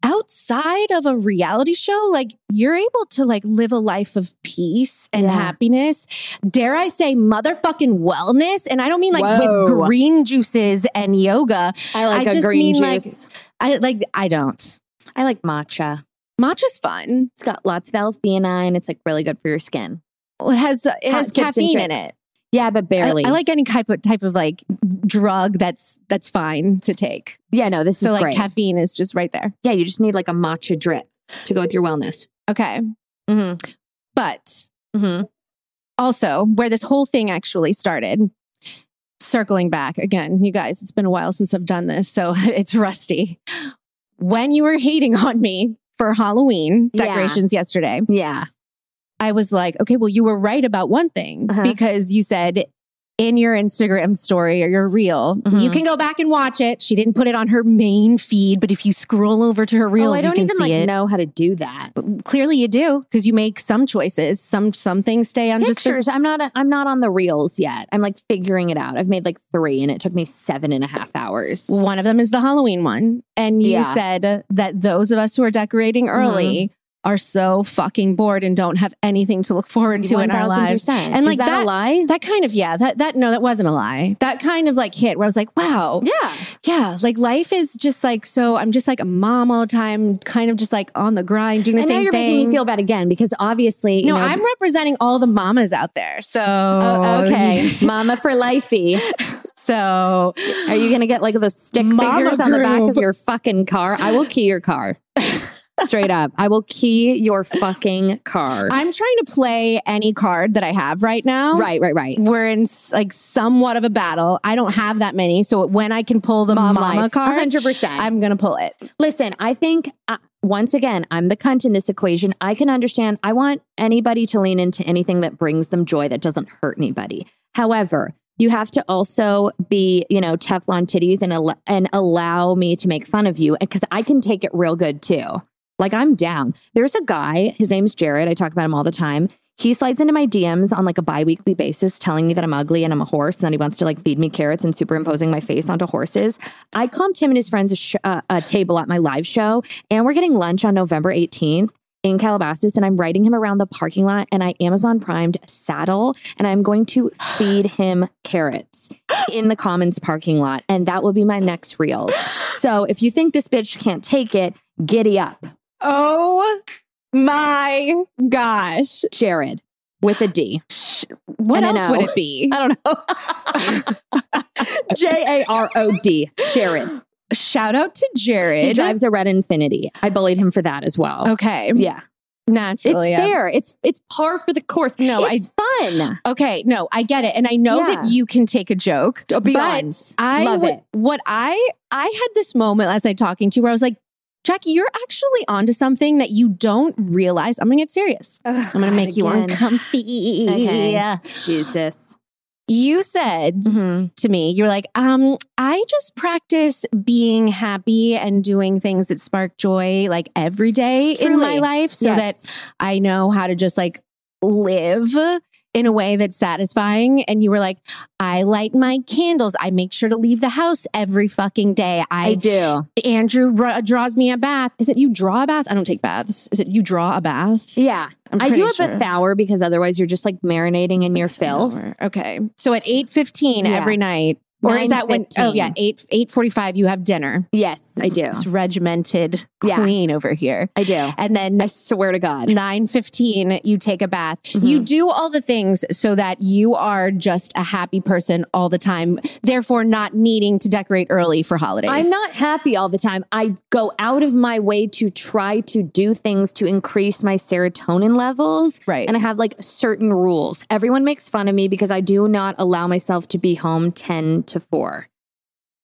[SPEAKER 3] outside of a reality show, like you're able to like live a life of peace and
[SPEAKER 4] Yeah.
[SPEAKER 3] happiness. Dare I say motherfucking wellness? And I don't mean like
[SPEAKER 4] Whoa.
[SPEAKER 3] with green juices and yoga.
[SPEAKER 4] I like
[SPEAKER 3] I
[SPEAKER 4] a
[SPEAKER 3] just
[SPEAKER 4] green
[SPEAKER 3] mean, like-
[SPEAKER 4] juice.
[SPEAKER 3] I like I don't.
[SPEAKER 4] I like matcha.
[SPEAKER 3] Matcha's fun.
[SPEAKER 4] It's got lots of L-theanine. It's like really good for your skin.
[SPEAKER 3] It has it
[SPEAKER 4] Hot
[SPEAKER 3] has
[SPEAKER 4] tips and
[SPEAKER 3] caffeine in
[SPEAKER 4] tricks.
[SPEAKER 3] it.
[SPEAKER 4] Yeah, but
[SPEAKER 3] I-
[SPEAKER 4] barely.
[SPEAKER 3] I, like any type of type of like drug that's that's fine to take.
[SPEAKER 4] Yeah, no, this
[SPEAKER 3] so
[SPEAKER 4] is
[SPEAKER 3] like
[SPEAKER 4] great.
[SPEAKER 3] caffeine is just right there.
[SPEAKER 4] yeah, you just need like a matcha drip to go with your wellness.
[SPEAKER 3] Okay.
[SPEAKER 4] Mm-hmm.
[SPEAKER 3] But
[SPEAKER 4] Mm-hmm.
[SPEAKER 3] also where this whole thing actually started circling back again, you guys, it's been a while since I've done this, so [LAUGHS] it's rusty. When you were hating on me for Halloween
[SPEAKER 4] Yeah.
[SPEAKER 3] decorations yesterday,
[SPEAKER 4] Yeah.
[SPEAKER 3] I was like, okay, well, you were right about one thing
[SPEAKER 4] Uh-huh.
[SPEAKER 3] because you said in your Instagram story or your reel,
[SPEAKER 4] Mhm.
[SPEAKER 3] you can go back and watch it. She didn't put it on her main feed, but if you scroll over to her reels,
[SPEAKER 4] oh, I don't
[SPEAKER 3] you can
[SPEAKER 4] even
[SPEAKER 3] see
[SPEAKER 4] like
[SPEAKER 3] it.
[SPEAKER 4] know how to do that.
[SPEAKER 3] But clearly, you do because you make some choices. Some some things stay on just the
[SPEAKER 4] Pictures. I'm not. i I'm not on the reels yet. I'm like figuring it out. I've made like three, and it took me seven and a half hours.
[SPEAKER 3] One of them is the Halloween one. And you
[SPEAKER 4] Yeah. Mm-hmm.
[SPEAKER 3] said that those of us who are decorating early are so fucking bored and don't have anything to look forward to in our lives.
[SPEAKER 4] 1000%.
[SPEAKER 3] And,
[SPEAKER 4] Is
[SPEAKER 3] like,
[SPEAKER 4] that,
[SPEAKER 3] that-
[SPEAKER 4] a lie?
[SPEAKER 3] That kind of, yeah, that, that, no, that wasn't a lie. That kind of like hit where I was like, wow,
[SPEAKER 4] yeah.
[SPEAKER 3] yeah, like life is just like, so I'm just like a mom all the time, kind of just like on the grind, doing the
[SPEAKER 4] and
[SPEAKER 3] same
[SPEAKER 4] now you're
[SPEAKER 3] thing.
[SPEAKER 4] making me feel bad again because obviously, you
[SPEAKER 3] no,
[SPEAKER 4] know,
[SPEAKER 3] I'm representing all the mamas out there. So,
[SPEAKER 4] Oh, okay, Mama for lifey.
[SPEAKER 3] so
[SPEAKER 4] Are you gonna get like those stick
[SPEAKER 3] Mama
[SPEAKER 4] figures on the back of
[SPEAKER 3] group.
[SPEAKER 4] your fucking car? I will key your car.
[SPEAKER 3] [LAUGHS]
[SPEAKER 4] Straight up, I will key your fucking car.
[SPEAKER 3] [LAUGHS] I'm trying to play any card that I have right now.
[SPEAKER 4] right, right, right.
[SPEAKER 3] we're in s- like somewhat of a battle. I don't have that many, so when I can pull the mama card,
[SPEAKER 4] hundred percent.
[SPEAKER 3] I'm gonna pull it.
[SPEAKER 4] Listen, I think uh, once again, I'm the cunt in this equation. I can understand. I want anybody to lean into anything that brings them joy that doesn't hurt anybody. However, you have to also be, you know, Teflon titties and al- and allow me to make fun of you because I can take it real good too. Like I'm down. There's a guy. His name's Jared. I talk about him all the time. He slides into my DMs on like a bi-weekly basis telling me that I'm ugly and I'm a horse and then he wants to like feed me carrots and superimposing my face onto horses. I comped him and his friends a, sh- uh, a table at my live show and we're getting lunch on November 18th in Calabasas and I'm riding him around the parking lot and I Amazon primed a saddle and I'm going to feed
[SPEAKER 3] [GASPS]
[SPEAKER 4] him carrots in the Commons parking lot and that will be my
[SPEAKER 3] [GASPS]
[SPEAKER 4] next reel. So if you think this bitch can't take it, giddy up.
[SPEAKER 3] Oh my gosh!
[SPEAKER 4] Jared with a D.
[SPEAKER 3] What
[SPEAKER 4] And Uh, I
[SPEAKER 3] else
[SPEAKER 4] know.
[SPEAKER 3] would it be?
[SPEAKER 4] [LAUGHS] I don't know. [LAUGHS] J A R O D. Jared.
[SPEAKER 3] Shout out to
[SPEAKER 4] He
[SPEAKER 3] Jared.
[SPEAKER 4] drives a red infinity. I bullied him for that as well.
[SPEAKER 3] okay,
[SPEAKER 4] Yeah.
[SPEAKER 3] naturally.
[SPEAKER 4] It's
[SPEAKER 3] yeah.
[SPEAKER 4] fair. It's it's par for the course.
[SPEAKER 3] No,
[SPEAKER 4] it's fun.
[SPEAKER 3] Okay, no, I get it, and I know that
[SPEAKER 4] Yeah.
[SPEAKER 3] you can take a joke.
[SPEAKER 4] Beyond.
[SPEAKER 3] But I
[SPEAKER 4] Love
[SPEAKER 3] w-
[SPEAKER 4] it.
[SPEAKER 3] What I I had this moment last night talking to you where I was like, Jackie, you're actually onto something that you don't realize. I'm gonna get serious. I'm gonna make you uncomfy.
[SPEAKER 4] Okay. Jesus.
[SPEAKER 3] You said
[SPEAKER 4] Mhm.
[SPEAKER 3] to me, you were like, um, I just practice being happy and doing things that spark joy like every day in my
[SPEAKER 4] Truly.
[SPEAKER 3] life so
[SPEAKER 4] Yes.
[SPEAKER 3] that I know how to just like live in a way that's satisfying. And you were like, I light my candles. I make sure to leave the house every fucking day.
[SPEAKER 4] I
[SPEAKER 3] I,
[SPEAKER 4] do.
[SPEAKER 3] Andrew r- draws me a bath. Is it you draw a bath? I don't take baths. Is it you draw a bath?
[SPEAKER 4] Yeah.
[SPEAKER 3] I'm
[SPEAKER 4] I do
[SPEAKER 3] pretty
[SPEAKER 4] a
[SPEAKER 3] sure.
[SPEAKER 4] bath hour because otherwise you're just like marinating in your filth.
[SPEAKER 3] Okay. So at 8.15
[SPEAKER 4] Yeah.
[SPEAKER 3] every night. Or is that when? Oh
[SPEAKER 4] 9:15.
[SPEAKER 3] yeah, eight eight forty five. You have dinner.
[SPEAKER 4] Yes, I do.
[SPEAKER 3] This regimented
[SPEAKER 4] Yeah.
[SPEAKER 3] queen over here,
[SPEAKER 4] I do.
[SPEAKER 3] and then
[SPEAKER 4] I swear to God.
[SPEAKER 3] nine fifteen you take a bath.
[SPEAKER 4] Mhm.
[SPEAKER 3] You do all the things so that you are just a happy person all the time. Therefore, not needing to decorate early for holidays.
[SPEAKER 4] I'm not happy all the time. I go out of my way to try to do things to increase my serotonin levels.
[SPEAKER 3] right.
[SPEAKER 4] And I have like certain rules. Everyone makes fun of me because I do not allow myself to be home 10 to 4.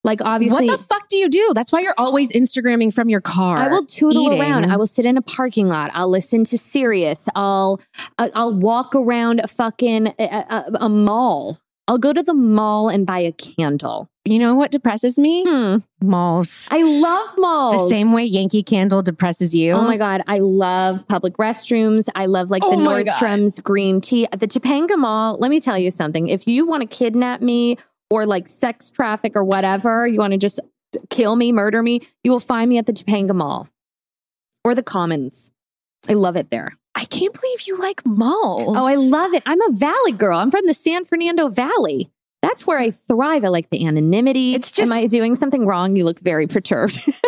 [SPEAKER 4] Like, obviously,
[SPEAKER 3] what the fuck do you do? That's why you're always Instagramming from your car.
[SPEAKER 4] I will tootle
[SPEAKER 3] eating.
[SPEAKER 4] around. I will sit in a parking lot. I'll listen to Sirius. I'll I- I'll walk around a fucking a, a, a mall. I'll go to the mall and buy a candle.
[SPEAKER 3] You know what depresses me?
[SPEAKER 4] Hmm.
[SPEAKER 3] Malls.
[SPEAKER 4] I love malls.
[SPEAKER 3] The same way Yankee Candle depresses you.
[SPEAKER 4] Oh my god, I love public restrooms. I love like the
[SPEAKER 3] Oh my God.
[SPEAKER 4] Nordstrom's green tea. At the Topanga Mall, let me tell you something. If you want to kidnap me or like sex traffic or whatever, you want to just kill me, murder me, you will find me at the Topanga Mall or the Commons. I love it there.
[SPEAKER 3] I can't believe you like malls.
[SPEAKER 4] Oh, I love it. I'm a valley girl. I'm from the San Fernando Valley. That's where I thrive. I like the anonymity.
[SPEAKER 3] It's
[SPEAKER 4] Am
[SPEAKER 3] just-
[SPEAKER 4] I doing something wrong? You look very perturbed. [LAUGHS]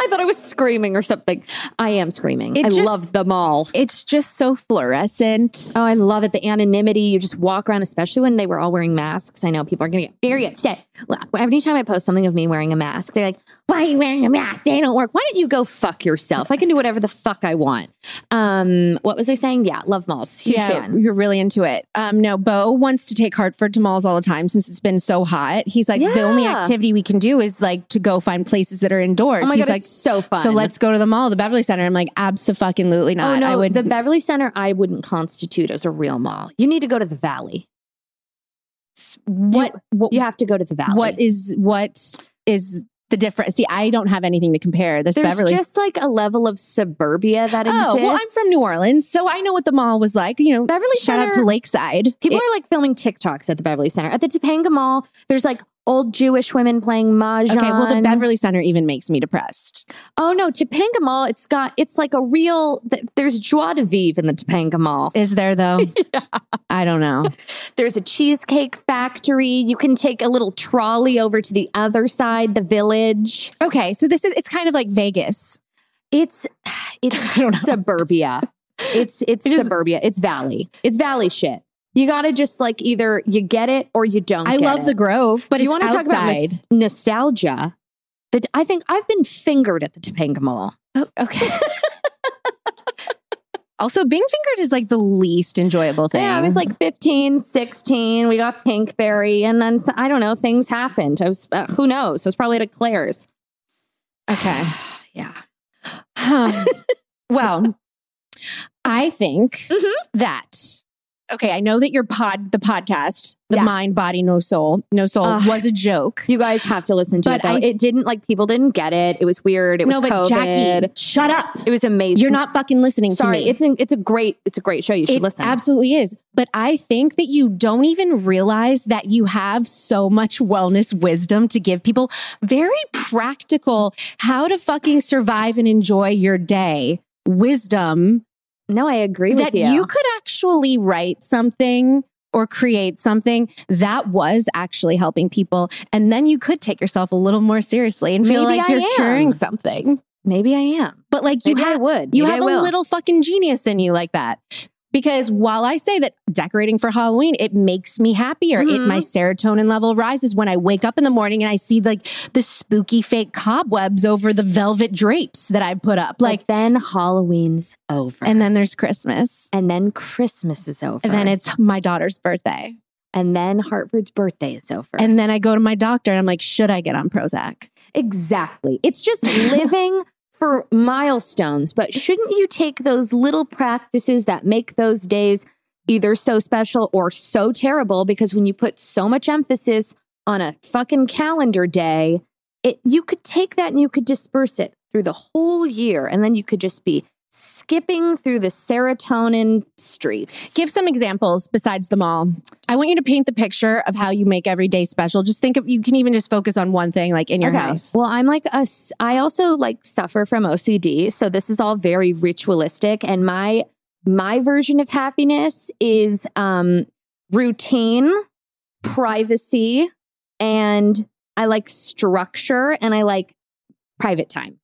[SPEAKER 4] I thought I was screaming or something. I am screaming.
[SPEAKER 3] It
[SPEAKER 4] I
[SPEAKER 3] just-
[SPEAKER 4] love them all.
[SPEAKER 3] It's just so fluorescent.
[SPEAKER 4] Oh, I love it. The anonymity. You just walk around, especially when they were all wearing masks. I know people are going to get very upset. Well, Every time I post something of me wearing a mask, they're like, why are you wearing a mask? They don't work. Why don't you go fuck yourself? I can do whatever the fuck I want. Um, what was I saying? Yeah, love malls. Huge
[SPEAKER 3] yeah,
[SPEAKER 4] fan.
[SPEAKER 3] you're really into it. Um, no, Bo wants to take Hartford to malls all the time since it's been so hot. He's like, the only
[SPEAKER 4] Yeah.
[SPEAKER 3] activity we can do is like to go find places that are indoors.
[SPEAKER 4] Oh my
[SPEAKER 3] He's
[SPEAKER 4] God,
[SPEAKER 3] like,
[SPEAKER 4] it's so fun.
[SPEAKER 3] so let's go to the mall, the Beverly Center. I'm like, absolutely not.
[SPEAKER 4] Oh no,
[SPEAKER 3] I would.
[SPEAKER 4] the Beverly Center I wouldn't constitute as a real mall. You need to go to the Valley.
[SPEAKER 3] what? what
[SPEAKER 4] You have to go to the Valley.
[SPEAKER 3] what is what is the difference? See, I don't have anything to compare. This
[SPEAKER 4] There's
[SPEAKER 3] Beverly.
[SPEAKER 4] just like a level of suburbia that exists.
[SPEAKER 3] oh well, I'm from New Orleans, so I know what the mall was like. You know,
[SPEAKER 4] Beverly
[SPEAKER 3] shout out
[SPEAKER 4] Center-
[SPEAKER 3] to Lakeside.
[SPEAKER 4] People are like filming TikToks at the Beverly Center. At the Topanga Mall, there's like old Jewish women playing mahjong.
[SPEAKER 3] okay, well, the Beverly Center even makes me depressed.
[SPEAKER 4] Oh no, Topanga Mall. It's got it's like a real. th- There's joie de vivre in the Topanga Mall.
[SPEAKER 3] Is there
[SPEAKER 4] [LAUGHS]
[SPEAKER 3] though? I don't know.
[SPEAKER 4] There's a cheesecake factory. You can take a little trolley over to the other side, the Village.
[SPEAKER 3] Okay, so this is it's kind of like Vegas.
[SPEAKER 4] It's [SIGHS] it's [LAUGHS]
[SPEAKER 3] I don't know.
[SPEAKER 4] suburbia. It's it's
[SPEAKER 3] It is-
[SPEAKER 4] suburbia. It's valley. It's valley shit. You gotta just like either you get it or you don't.
[SPEAKER 3] I
[SPEAKER 4] get
[SPEAKER 3] love
[SPEAKER 4] it.
[SPEAKER 3] the Grove, but
[SPEAKER 4] If you
[SPEAKER 3] it's
[SPEAKER 4] want to talk about
[SPEAKER 3] outside.
[SPEAKER 4] nos- nostalgia? The, I think I've been fingered at the Topanga Mall.
[SPEAKER 3] Oh, okay. [LAUGHS] also, being fingered is like the least enjoyable thing.
[SPEAKER 4] Yeah, I was like 15, 16. We got Pinkberry, and then so- I don't know. Things happened. I was uh, who knows. I was probably at a Claire's.
[SPEAKER 3] [SIGHS] okay.
[SPEAKER 4] [SIGHS] Yeah.
[SPEAKER 3] Um,
[SPEAKER 4] [LAUGHS]
[SPEAKER 3] well, I think
[SPEAKER 4] Mhm.
[SPEAKER 3] that okay. I know that your pod, the podcast, the
[SPEAKER 4] Yeah.
[SPEAKER 3] mind, body, no soul, no soul,
[SPEAKER 4] Ugh.
[SPEAKER 3] was a
[SPEAKER 4] [LAUGHS]
[SPEAKER 3] joke.
[SPEAKER 4] You guys have to listen to
[SPEAKER 3] But
[SPEAKER 4] it. Though.
[SPEAKER 3] I-
[SPEAKER 4] it didn't like people didn't get it. It was weird. It was
[SPEAKER 3] no, but
[SPEAKER 4] COVID.
[SPEAKER 3] Jackie, shut up.
[SPEAKER 4] It was amazing.
[SPEAKER 3] You're not fucking listening
[SPEAKER 4] Sorry,
[SPEAKER 3] to me.
[SPEAKER 4] it's an, it's a great it's a great show. You should
[SPEAKER 3] it
[SPEAKER 4] listen.
[SPEAKER 3] absolutely is. But I think that you don't even realize that you have so much wellness wisdom to give people. Very practical, how to fucking survive and enjoy your day wisdom
[SPEAKER 4] no, I agree
[SPEAKER 3] that
[SPEAKER 4] with you.
[SPEAKER 3] you. could actually write something or create something that was actually helping people. And then you could take yourself a little more seriously and feel
[SPEAKER 4] Maybe
[SPEAKER 3] like
[SPEAKER 4] I
[SPEAKER 3] you're
[SPEAKER 4] am.
[SPEAKER 3] curing something.
[SPEAKER 4] Maybe I am.
[SPEAKER 3] But like you
[SPEAKER 4] Maybe I
[SPEAKER 3] have
[SPEAKER 4] would.
[SPEAKER 3] you
[SPEAKER 4] Maybe
[SPEAKER 3] have a
[SPEAKER 4] I will.
[SPEAKER 3] little fucking genius in you like that. Because while I say that decorating for Halloween, it makes me happier. It
[SPEAKER 4] Mhm.
[SPEAKER 3] my serotonin level rises when I wake up in the morning and I see like the spooky fake cobwebs over the velvet drapes that I put up. Like
[SPEAKER 4] Like then Halloween's over,
[SPEAKER 3] and then there's Christmas.
[SPEAKER 4] and then Christmas is over,
[SPEAKER 3] And then it's my daughter's birthday.
[SPEAKER 4] and then Hartford's birthday is over.
[SPEAKER 3] And then I go to my doctor and I'm like, should I get on Prozac?
[SPEAKER 4] exactly, it's just living for milestones. But shouldn't you take those little practices that make those days either so special or so terrible? Because when you put so much emphasis on a fucking calendar day, it you could take that and you could disperse it through the whole year, and then you could just be skipping through the serotonin streets.
[SPEAKER 3] Give some examples besides the mall. I want you to paint the picture of how you make every day special. Just think of you can even just focus on one thing like in your house.
[SPEAKER 4] Well, I'm like a, s- I also like suffer from OCD, so this is all very ritualistic, and my my version of happiness is um routine, privacy, and I like structure, and I like private time.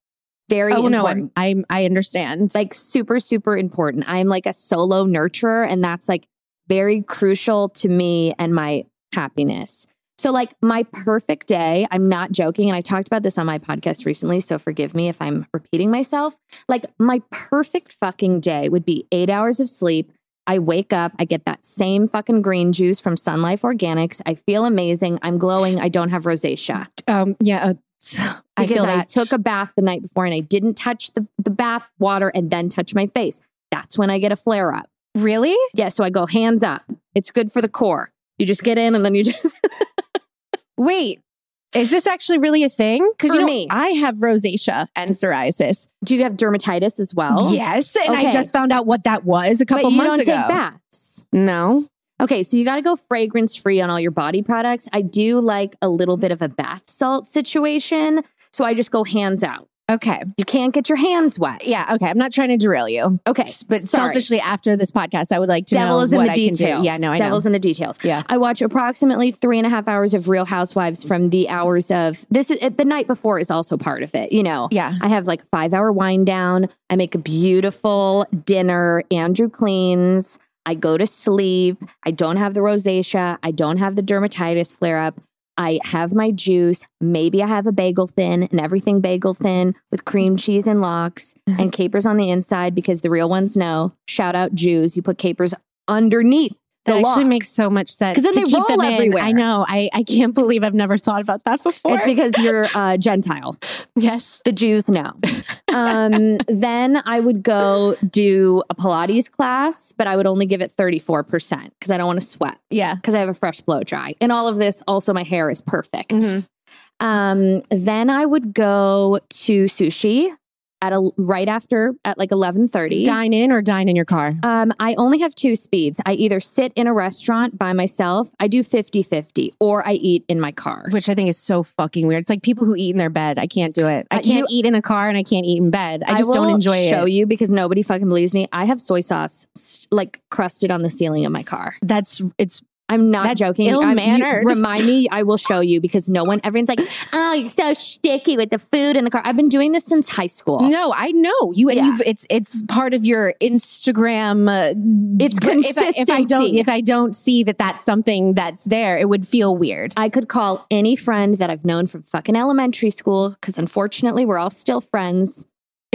[SPEAKER 4] Very
[SPEAKER 3] Oh no,
[SPEAKER 4] important.
[SPEAKER 3] I'm, I'm I understand.
[SPEAKER 4] like super super important i'm like a solo nurturer and that's like very crucial to me and my happiness so like my perfect day i'm not joking and i talked about this on my podcast recently so forgive me if i'm repeating myself like my perfect fucking day would be eight hours of sleep I wake up, I get that same fucking green juice from Sun Life Organics. I feel amazing. I'm glowing. I don't have rosacea.
[SPEAKER 3] um yeah. uh,
[SPEAKER 4] I
[SPEAKER 3] because
[SPEAKER 4] feel I took a bath the night before and I didn't touch the, the bath water and then touch my face. That's when I get a flare up.
[SPEAKER 3] really
[SPEAKER 4] Yeah, so I go hands up. It's good for the core. You just get in and then you [LAUGHS] just
[SPEAKER 3] wait. Is this actually really a thing? Because
[SPEAKER 4] For
[SPEAKER 3] you know,
[SPEAKER 4] me.
[SPEAKER 3] I have rosacea and psoriasis.
[SPEAKER 4] do you have dermatitis as well?
[SPEAKER 3] yes, and I
[SPEAKER 4] Okay.
[SPEAKER 3] just found out what that was a couple
[SPEAKER 4] but you
[SPEAKER 3] months ago.
[SPEAKER 4] don't take baths.
[SPEAKER 3] No,
[SPEAKER 4] Okay, so you got to go fragrance free on all your body products. I do like a little bit of a bath salt situation, so I just go hands out.
[SPEAKER 3] Okay.
[SPEAKER 4] You can't get your hands wet.
[SPEAKER 3] Yeah. Okay. I'm not trying to derail you,
[SPEAKER 4] Okay.
[SPEAKER 3] but
[SPEAKER 4] sorry.
[SPEAKER 3] selfishly, after this podcast, I would like to
[SPEAKER 4] Devil
[SPEAKER 3] know
[SPEAKER 4] is in
[SPEAKER 3] what
[SPEAKER 4] the
[SPEAKER 3] I can do.
[SPEAKER 4] details.
[SPEAKER 3] Yeah. No. I
[SPEAKER 4] Devil's
[SPEAKER 3] know.
[SPEAKER 4] in the details.
[SPEAKER 3] Yeah.
[SPEAKER 4] I watch approximately three and a half hours of Real Housewives from the hours of this. Is, the night before is also part of it. You know.
[SPEAKER 3] Yeah.
[SPEAKER 4] I have like five hour wind down. I make a beautiful dinner. Andrew cleans. I go to sleep. I don't have the rosacea. I don't have the dermatitis flare up. I have my juice. Maybe I have a bagel thin, an everything bagel thin with cream cheese and locks
[SPEAKER 3] Mm-hmm.
[SPEAKER 4] and capers on the inside because the real ones know. Shout out Jews. You put capers underneath the
[SPEAKER 3] That actually
[SPEAKER 4] locks.
[SPEAKER 3] makes so much sense.
[SPEAKER 4] 'Cause then
[SPEAKER 3] to
[SPEAKER 4] they
[SPEAKER 3] keep
[SPEAKER 4] roll
[SPEAKER 3] them in.
[SPEAKER 4] everywhere.
[SPEAKER 3] I know. I, I can't [LAUGHS] believe I've never thought about that before.
[SPEAKER 4] It's because you're uh, Gentile.
[SPEAKER 3] yes.
[SPEAKER 4] The Jews know. Um, then I would go do a Pilates class, but I would only give it 34% because I don't want to sweat
[SPEAKER 3] Yeah.
[SPEAKER 4] because I have a fresh blow dry. And all of this, also, my hair is perfect.
[SPEAKER 3] Mhm.
[SPEAKER 4] Um, then I would go to sushi at a right after at like 11:30.
[SPEAKER 3] Dine in or dine in your car.
[SPEAKER 4] Um, I only have two speeds. I either sit in a restaurant by myself, I do 50-50, or I eat in my car.
[SPEAKER 3] which I think is so fucking weird. It's like people who eat in their bed. I can't do it. I
[SPEAKER 4] Uh,
[SPEAKER 3] can't eat in a car and I can't eat in bed. I just don't
[SPEAKER 4] will
[SPEAKER 3] enjoy
[SPEAKER 4] show
[SPEAKER 3] it.
[SPEAKER 4] you because nobody fucking believes me. I have soy sauce s- like crusted on the ceiling of my car.
[SPEAKER 3] That's it's
[SPEAKER 4] I'm not
[SPEAKER 3] That's
[SPEAKER 4] joking. I'm,
[SPEAKER 3] ill-mannered.
[SPEAKER 4] you- remind me, I will show you because no one, everyone's like, oh, you're so sticky with the food in the car. I've been doing this since high school.
[SPEAKER 3] no. I know you. And
[SPEAKER 4] Yeah.
[SPEAKER 3] you've it's it's part of your Instagram. Uh,
[SPEAKER 4] It's
[SPEAKER 3] but if I- If I, don't
[SPEAKER 4] consistency.
[SPEAKER 3] if I don't see that that's something that's there, it would feel weird.
[SPEAKER 4] I could call any friend that I've known from fucking elementary school because unfortunately we're all
[SPEAKER 3] [LAUGHS]
[SPEAKER 4] still friends.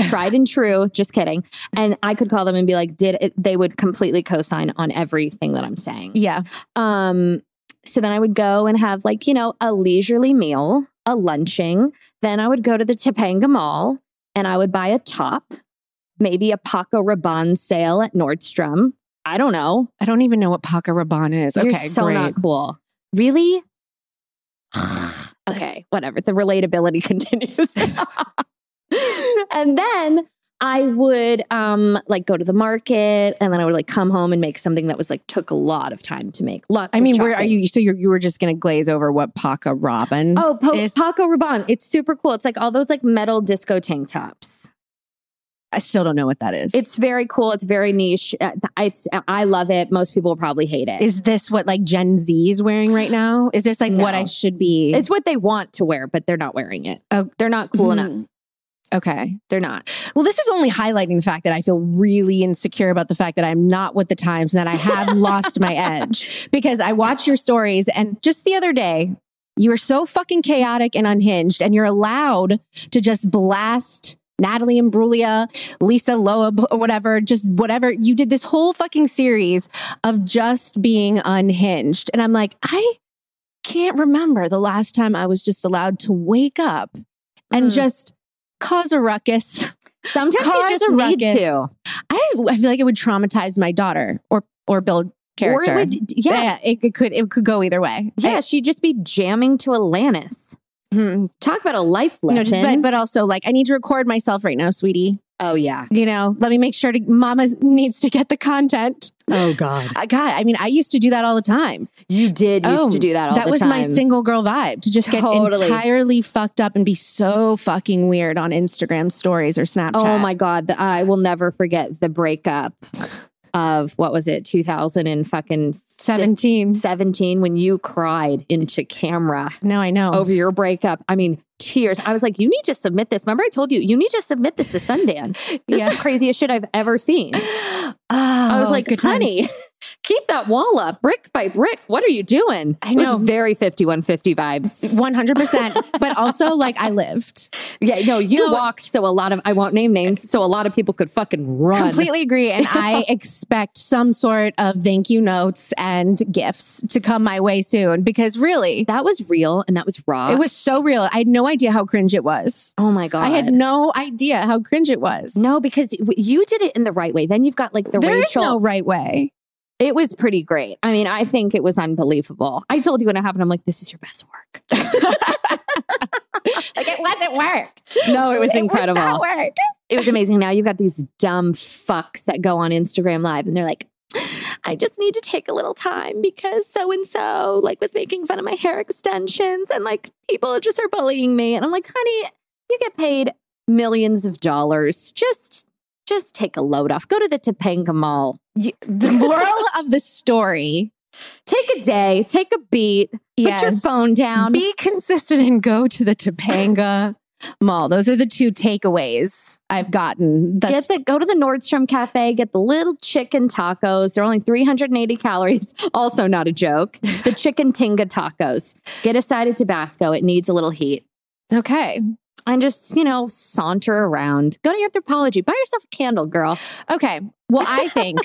[SPEAKER 4] Tried and true, just kidding. And I could call them and be like, did it? They would completely co sign on everything that I'm saying.
[SPEAKER 3] Yeah.
[SPEAKER 4] Um, so then I would go and have like, you know, a leisurely meal, a lunching. Then I would go to the Topanga Mall and I would buy a top, maybe a Paco Rabanne sale at Nordstrom. I don't know.
[SPEAKER 3] I don't even know what Paca Rabanne is.
[SPEAKER 4] You're
[SPEAKER 3] okay.
[SPEAKER 4] so
[SPEAKER 3] great.
[SPEAKER 4] not cool. Really?
[SPEAKER 3] [SIGHS]
[SPEAKER 4] okay, whatever. The
[SPEAKER 3] [LAUGHS]
[SPEAKER 4] relatability [LAUGHS] continues. and then I would um like go to the market and then I would like come home and make something that was like took a lot of time to make. Lots
[SPEAKER 3] I
[SPEAKER 4] of
[SPEAKER 3] mean, where are
[SPEAKER 4] chopping.
[SPEAKER 3] you? So you're, you were just gonna glaze over what Paca Robin?
[SPEAKER 4] Oh, po-
[SPEAKER 3] is-
[SPEAKER 4] Paco Rabanne. It's super cool. It's like all those like metal disco tank tops.
[SPEAKER 3] I still don't know what that is.
[SPEAKER 4] It's very cool. It's very niche. Uh, It's I love it. Most people will probably hate it.
[SPEAKER 3] is this what like Gen Z is wearing right now? Is this like what
[SPEAKER 4] No.
[SPEAKER 3] I should be?
[SPEAKER 4] It's mm-hmm. what they want to wear, but they're not wearing it.
[SPEAKER 3] Oh.
[SPEAKER 4] they're not cool enough.
[SPEAKER 3] Mhm. okay.
[SPEAKER 4] They're not.
[SPEAKER 3] Well, this is only highlighting the fact that I feel really insecure about the fact that I'm not with the times and that I have lost my edge because I watch your stories. And just the other day, you were so fucking chaotic and unhinged, and you're allowed to just blast Natalie and Brulia, Lisa Loeb, or whatever, just whatever. You did this whole fucking series of just being unhinged. And I'm like, I can't remember the last time I was just allowed to wake up and
[SPEAKER 4] Mhm.
[SPEAKER 3] just cause a ruckus.
[SPEAKER 4] Sometimes
[SPEAKER 3] Cause
[SPEAKER 4] you just
[SPEAKER 3] a
[SPEAKER 4] need
[SPEAKER 3] ruckus.
[SPEAKER 4] to.
[SPEAKER 3] I, I feel like it would traumatize my daughter or or build character.
[SPEAKER 4] Or it would, yeah, yeah.
[SPEAKER 3] it, it could it could go either way. I-
[SPEAKER 4] she'd just be jamming to Alanis.
[SPEAKER 3] hmm.
[SPEAKER 4] Talk about a life
[SPEAKER 3] No,
[SPEAKER 4] lesson.
[SPEAKER 3] just, but but also like I need to record myself right now, sweetie.
[SPEAKER 4] oh yeah.
[SPEAKER 3] You know, let me make sure to Mama needs to get the content.
[SPEAKER 2] Oh God.
[SPEAKER 3] Uh, God, I mean, I used to do that all the time.
[SPEAKER 4] You did used
[SPEAKER 3] Oh,
[SPEAKER 4] to do that all
[SPEAKER 3] that
[SPEAKER 4] the
[SPEAKER 3] was
[SPEAKER 4] time.
[SPEAKER 3] my single girl vibe to just get
[SPEAKER 4] Totally.
[SPEAKER 3] entirely fucked up and be so fucking weird on Instagram stories or Snapchat.
[SPEAKER 4] Oh my god, the, I will never forget the breakup of what was it, 2000 and fucking si-
[SPEAKER 3] seventeen.
[SPEAKER 4] 17 when you cried into camera
[SPEAKER 3] No, I know.
[SPEAKER 4] over your breakup. I mean, tears. I was like, you need to submit this. Remember I told you, you need to submit this to Sundance. This
[SPEAKER 3] Yeah.
[SPEAKER 4] is the craziest shit I've ever seen. I was
[SPEAKER 3] Oh,
[SPEAKER 4] like,
[SPEAKER 3] good times.
[SPEAKER 4] honey, [LAUGHS] keep that wall up brick by brick. What are you doing?
[SPEAKER 3] I
[SPEAKER 4] It was
[SPEAKER 3] know.
[SPEAKER 4] very 5150
[SPEAKER 3] [LAUGHS]
[SPEAKER 4] vibes.
[SPEAKER 3] 100%. But also, like, I lived.
[SPEAKER 4] Yeah, no, you
[SPEAKER 3] No.
[SPEAKER 4] walked so a lot of, I won't name names, so a lot of people could fucking run.
[SPEAKER 3] Completely agree. And I expect some sort of thank you notes and gifts to come my way soon because really,
[SPEAKER 4] That was real and that was raw.
[SPEAKER 3] it was so real. I had no idea how cringe it was.
[SPEAKER 4] Oh my god!
[SPEAKER 3] I had no idea how cringe it was.
[SPEAKER 4] no because w- you did it in the right way. Then you've got like the
[SPEAKER 3] there is
[SPEAKER 4] Rachel.
[SPEAKER 3] no right way.
[SPEAKER 4] it was pretty great. I mean, I think it was unbelievable. I told you when it happened, I'm like, this is your best work. [LAUGHS]
[SPEAKER 3] Like, it wasn't work.
[SPEAKER 4] no, it was incredible.
[SPEAKER 3] not work.
[SPEAKER 4] it was amazing. Now you've got these dumb fucks that go on Instagram Live and they're like. I just need to take a little time because so and so like was making fun of my hair extensions and like people just are bullying me and I'm like, honey, you get paid millions of dollars. Just just take a load off. Go to the Topanga Mall.
[SPEAKER 3] Y- The moral of the story
[SPEAKER 4] Take a day, take a beat, put your
[SPEAKER 3] Yes.
[SPEAKER 4] phone down.
[SPEAKER 3] be consistent and go to the [LAUGHS] Topanga Mall. Those are the two takeaways I've gotten. That's
[SPEAKER 4] Get the go to the Nordstrom Cafe, get the little chicken tacos. They're only 380 calories. [LAUGHS] Also not a joke.
[SPEAKER 3] [LAUGHS]
[SPEAKER 4] The chicken tinga tacos. Get a side of Tabasco. It needs a little heat.
[SPEAKER 3] okay.
[SPEAKER 4] And just, you know, saunter around. Go to anthropology. Buy yourself a candle, girl.
[SPEAKER 3] Okay. Well, I
[SPEAKER 4] [LAUGHS]
[SPEAKER 3] think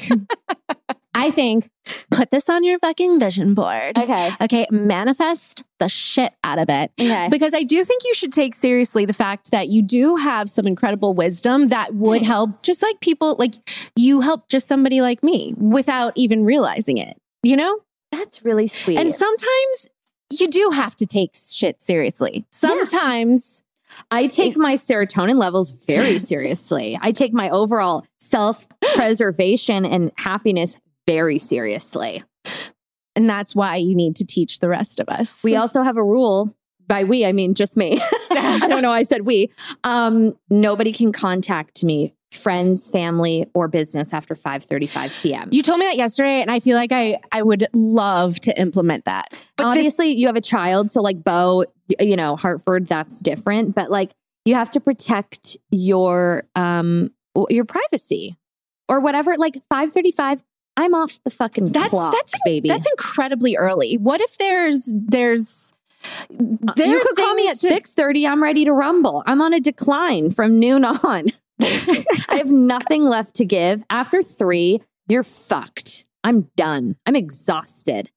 [SPEAKER 3] I think put this on your fucking vision board.
[SPEAKER 4] Okay.
[SPEAKER 3] Okay, manifest the shit out of it.
[SPEAKER 4] Okay.
[SPEAKER 3] Because I do think you should take seriously the fact that you do have some incredible wisdom that would
[SPEAKER 4] Thanks.
[SPEAKER 3] help just like people like you help just somebody like me without even realizing it, you know?
[SPEAKER 4] [LAUGHS] That's really sweet.
[SPEAKER 3] And sometimes you do have to take shit seriously. Sometimes
[SPEAKER 4] I take my serotonin
[SPEAKER 3] [LAUGHS]
[SPEAKER 4] levels very seriously. I take my overall self preservation and happiness very seriously.
[SPEAKER 3] and that's why you need to teach the rest of us. [LAUGHS]
[SPEAKER 4] We also have a rule. By we, I mean just me. I don't know. why I said we. Um, nobody can contact me, friends, family, or business after five thirty-five p.m.
[SPEAKER 3] You told me that yesterday, and I feel like I I would love to implement that. Um, But this,
[SPEAKER 4] Obviously, you have a child, so like Bo, y- you know Hartford, that's different. But like, you have to protect your um w- your privacy or whatever. Like five thirty-five, I'm off the fucking
[SPEAKER 3] That's-
[SPEAKER 4] clock,
[SPEAKER 3] that's-
[SPEAKER 4] baby.
[SPEAKER 3] that's incredibly early. What if there's there's there's
[SPEAKER 4] Uh, you could call me at
[SPEAKER 3] things to-
[SPEAKER 4] six thirty. I'm ready to rumble. I'm on a decline from noon on. [LAUGHS] I have nothing left to give. After three, you're fucked. I'm done. I'm exhausted.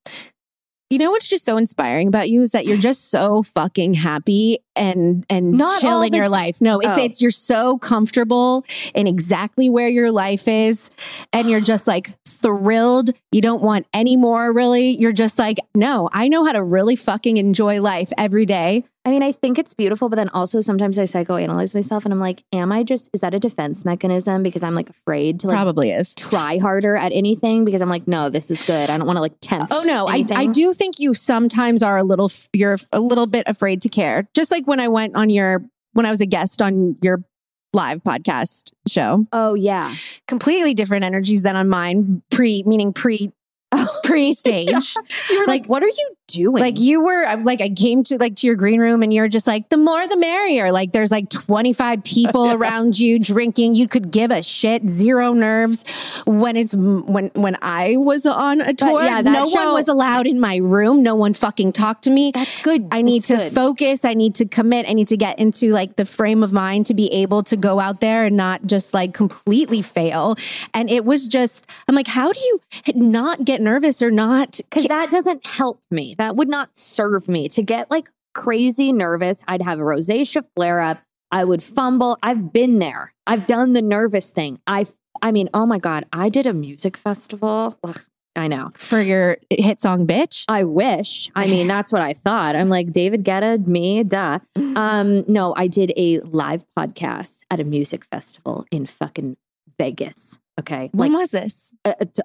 [SPEAKER 3] You know what's just so inspiring about you is that you're just so fucking happy and and
[SPEAKER 4] Not all
[SPEAKER 3] chill in
[SPEAKER 4] the
[SPEAKER 3] your
[SPEAKER 4] t-
[SPEAKER 3] life. No, it's
[SPEAKER 4] Oh.
[SPEAKER 3] it's you're so comfortable in exactly where your life is, and you're just like thrilled. You don't want any more, really. You're just like, no, I know how to really fucking enjoy life every day.
[SPEAKER 4] I mean, I think it's beautiful, but then also sometimes I psychoanalyze myself and I'm like, am I just, is that a defense mechanism? Because I'm like afraid to like
[SPEAKER 3] Probably is.
[SPEAKER 4] try harder at anything because I'm like, no, this is good. I don't want to like tempt.
[SPEAKER 3] Oh no, I, I
[SPEAKER 4] anything.
[SPEAKER 3] do think you sometimes are a little f- you're a little bit afraid to care. Just like when I went on your when I was a guest on your live podcast show.
[SPEAKER 4] Oh yeah.
[SPEAKER 3] Completely different energies than on mine pre meaning pre [LAUGHS] pre
[SPEAKER 4] [LAUGHS]
[SPEAKER 3] stage.
[SPEAKER 4] You were like,
[SPEAKER 3] Like-
[SPEAKER 4] what are you doing?
[SPEAKER 3] Like you were I'm like I came to like to your green room and you're just like the more the merrier. Like there's like 25 people
[SPEAKER 4] [LAUGHS]
[SPEAKER 3] around you drinking. You could give a shit, zero nerves. When it's when when I was on a tour,
[SPEAKER 4] yeah, that
[SPEAKER 3] no
[SPEAKER 4] show-
[SPEAKER 3] one was allowed in my room. No one fucking talked to me.
[SPEAKER 4] that's good.
[SPEAKER 3] I need
[SPEAKER 4] That's
[SPEAKER 3] to
[SPEAKER 4] good.
[SPEAKER 3] focus. I need to commit. I need to get into like the frame of mind to be able to go out there and not just like completely fail. And it was just, I'm like, how do you not get nervous or not?
[SPEAKER 4] because that doesn't help me. That would not serve me to get like crazy nervous. I'd have a rosacea flare up. I would fumble. I've been there. I've done the nervous thing. I I mean, oh my god, I did a music festival. Ugh, I know.
[SPEAKER 3] For your hit song, bitch.
[SPEAKER 4] I wish. I mean, that's what I thought. I'm like David Guetta, me, duh. Um, no, I did a live podcast at a music festival in fucking Vegas. Okay,
[SPEAKER 3] When was this?
[SPEAKER 4] uh, t-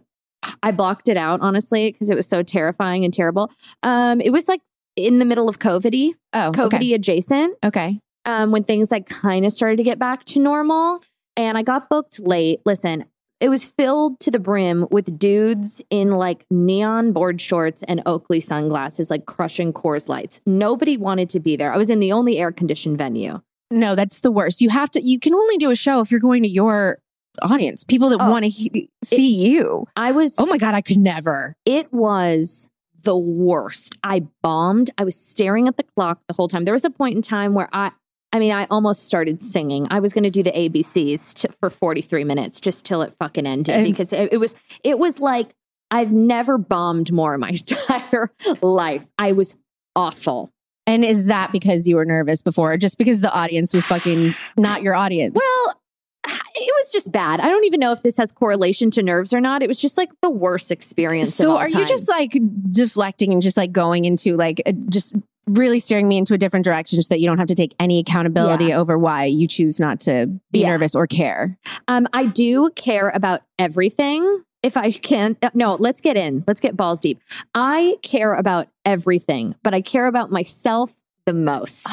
[SPEAKER 4] I blocked it out honestly because it was so terrifying and terrible. Um, it was like in the middle of COVIDy,
[SPEAKER 3] Oh,
[SPEAKER 4] COVIDy
[SPEAKER 3] okay.
[SPEAKER 4] adjacent,
[SPEAKER 3] Okay.
[SPEAKER 4] um, when things like kind of started to get back to normal, and I got booked late. Listen, it was filled to the brim with dudes in like neon board shorts and Oakley sunglasses, like crushing Coors Lights. Nobody wanted to be there. I was in the only air conditioned venue.
[SPEAKER 3] No, that's the worst. You have to, you can only do a show if you're going to your audience, people that
[SPEAKER 4] Oh.
[SPEAKER 3] want to he- see you.
[SPEAKER 4] I was
[SPEAKER 3] Oh my God, I could never.
[SPEAKER 4] It was the worst. I bombed. I was staring at the clock the whole time. There was a point in time where I, I mean, I almost started singing. I was going to do the ABCs to, for 43 minutes just till it fucking ended
[SPEAKER 3] And-
[SPEAKER 4] because it, it was, it was like, I've never bombed more in my [LAUGHS] entire life. I was awful.
[SPEAKER 3] And is that because you were nervous before, or just because the audience was [SIGHS] fucking not your audience?
[SPEAKER 4] Well, it was just bad. I don't even know if this has correlation to nerves or not. It was just like the worst experience. of
[SPEAKER 3] So
[SPEAKER 4] all
[SPEAKER 3] are
[SPEAKER 4] time.
[SPEAKER 3] you just like deflecting and just like going into like a- just really steering me into a different direction so that you don't have to take any accountability over why you choose not to be
[SPEAKER 4] Yeah.
[SPEAKER 3] nervous or care?
[SPEAKER 4] Um, I do care about everything. If I can, uh, no, let's get in. Let's get balls deep. I care about
[SPEAKER 3] Oh.
[SPEAKER 4] everything, but I care about myself the most.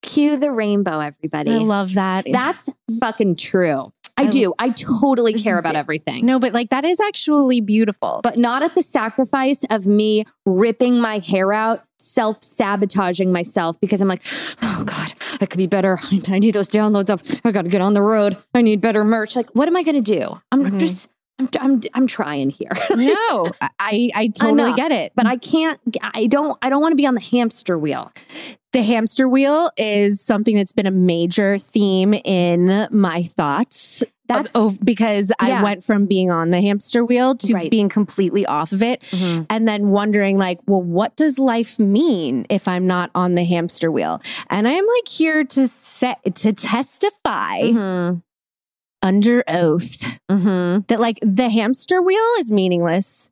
[SPEAKER 4] Cue the rainbow, everybody.
[SPEAKER 3] I love that.
[SPEAKER 4] That's fucking true. I,
[SPEAKER 3] I-
[SPEAKER 4] do. I totally
[SPEAKER 3] It's
[SPEAKER 4] care about
[SPEAKER 3] bi-
[SPEAKER 4] everything.
[SPEAKER 3] no, but like that is actually beautiful.
[SPEAKER 4] But not at the sacrifice of me ripping my hair out, self sabotaging myself because I'm like, oh God, I could be better. [LAUGHS] I need those downloads up. I got to get on the road. I need better merch. Like, what am I going to do? I'm
[SPEAKER 3] Mhm.
[SPEAKER 4] just, I'm, I'm, I'm trying here.
[SPEAKER 3] [LAUGHS]
[SPEAKER 4] [LAUGHS]
[SPEAKER 3] no, I I totally
[SPEAKER 4] Enough.
[SPEAKER 3] get it.
[SPEAKER 4] but I can't, I don't, I don't want to be on the hamster wheel.
[SPEAKER 3] The hamster wheel is something that's been a major theme in my thoughts. of-
[SPEAKER 4] That's,
[SPEAKER 3] of- because I
[SPEAKER 4] Yeah.
[SPEAKER 3] went from being on the hamster wheel to
[SPEAKER 4] Right.
[SPEAKER 3] being completely off of it
[SPEAKER 4] Mhm.
[SPEAKER 3] and then wondering like, well, what does life mean if I'm not on the hamster wheel? And I am like here to set to testify
[SPEAKER 4] Mhm.
[SPEAKER 3] under oath
[SPEAKER 4] Mhm.
[SPEAKER 3] that like the hamster wheel is meaningless.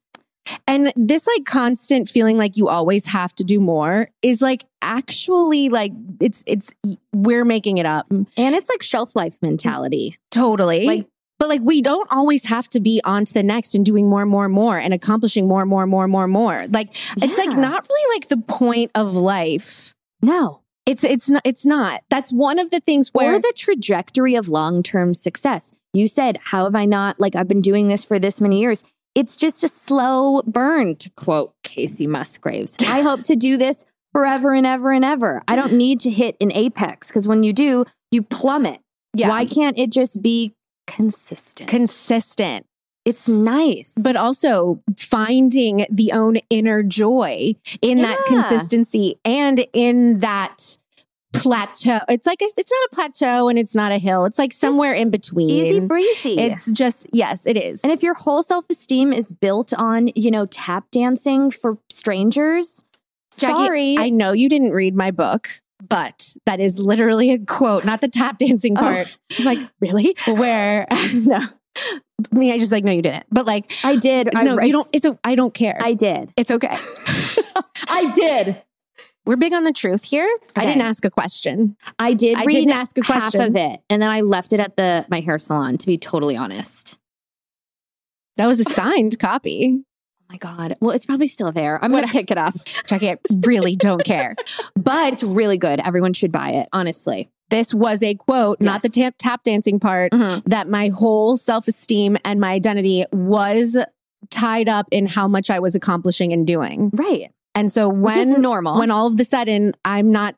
[SPEAKER 3] And this like constant feeling like you always have to do more is like actually like it's it's we're making it up
[SPEAKER 4] And it's like shelf life mentality.
[SPEAKER 3] totally.
[SPEAKER 4] Like-
[SPEAKER 3] Like but like we don't always have to be on to the next and doing more and more and more and accomplishing more and more and more and more and more. Like it's like
[SPEAKER 4] Yeah.
[SPEAKER 3] not really like the point of life.
[SPEAKER 4] No.
[SPEAKER 3] It's it's not it's not. That's one of the things where
[SPEAKER 4] or the trajectory of long term success. You said, How have I not, like, I've been doing this for this many years? It's just a slow burn, to quote Casey Musgraves. I hope to do this forever and ever and ever. I don't need to hit an apex because when you do, you plummet.
[SPEAKER 3] yeah,
[SPEAKER 4] Why can't it just be consistent?
[SPEAKER 3] consistent.
[SPEAKER 4] it's nice.
[SPEAKER 3] but also finding the own inner joy in that
[SPEAKER 4] Yeah.
[SPEAKER 3] consistency and in that plateau. It's like a, it's not a plateau and it's not a hill. It's like somewhere in between.
[SPEAKER 4] easy breezy.
[SPEAKER 3] It's just yes, it is.
[SPEAKER 4] and if your whole self esteem is built on, you know, tap dancing for strangers,
[SPEAKER 3] Jackie,
[SPEAKER 4] sorry.
[SPEAKER 3] I know you didn't read my book, but that is literally a quote, not the tap dancing
[SPEAKER 4] Oh.
[SPEAKER 3] part.
[SPEAKER 4] like, really? [LAUGHS]
[SPEAKER 3] [LAUGHS] Where no, I mean, I just like no, you didn't. But like
[SPEAKER 4] I did. I,
[SPEAKER 3] no,
[SPEAKER 4] I
[SPEAKER 3] you don't. It's a. I don't care.
[SPEAKER 4] I did.
[SPEAKER 3] it's okay.
[SPEAKER 4] [LAUGHS]
[SPEAKER 3] [LAUGHS]
[SPEAKER 4] I did.
[SPEAKER 3] We're big on the truth here. I
[SPEAKER 4] Okay.
[SPEAKER 3] didn't ask a question.
[SPEAKER 4] I did.
[SPEAKER 3] I
[SPEAKER 4] read
[SPEAKER 3] didn't ask a
[SPEAKER 4] half
[SPEAKER 3] question.
[SPEAKER 4] of it, and then I left it at the my hair salon. To be totally honest.
[SPEAKER 3] That was a signed copy.
[SPEAKER 4] Oh my god. Well, it's probably still there. I'm gonna pick it up.
[SPEAKER 3] Jackie, I really don't care. But
[SPEAKER 4] [LAUGHS] It's really good. Everyone should buy it. Honestly.
[SPEAKER 3] this was a quote, not the
[SPEAKER 4] Yes.
[SPEAKER 3] tap, tap dancing part,
[SPEAKER 4] Mm-hmm.
[SPEAKER 3] that my whole self esteem and my identity was tied up in how much I was accomplishing and doing.
[SPEAKER 4] Right.
[SPEAKER 3] And so
[SPEAKER 4] Which is
[SPEAKER 3] when
[SPEAKER 4] normal.
[SPEAKER 3] when all of the sudden I'm not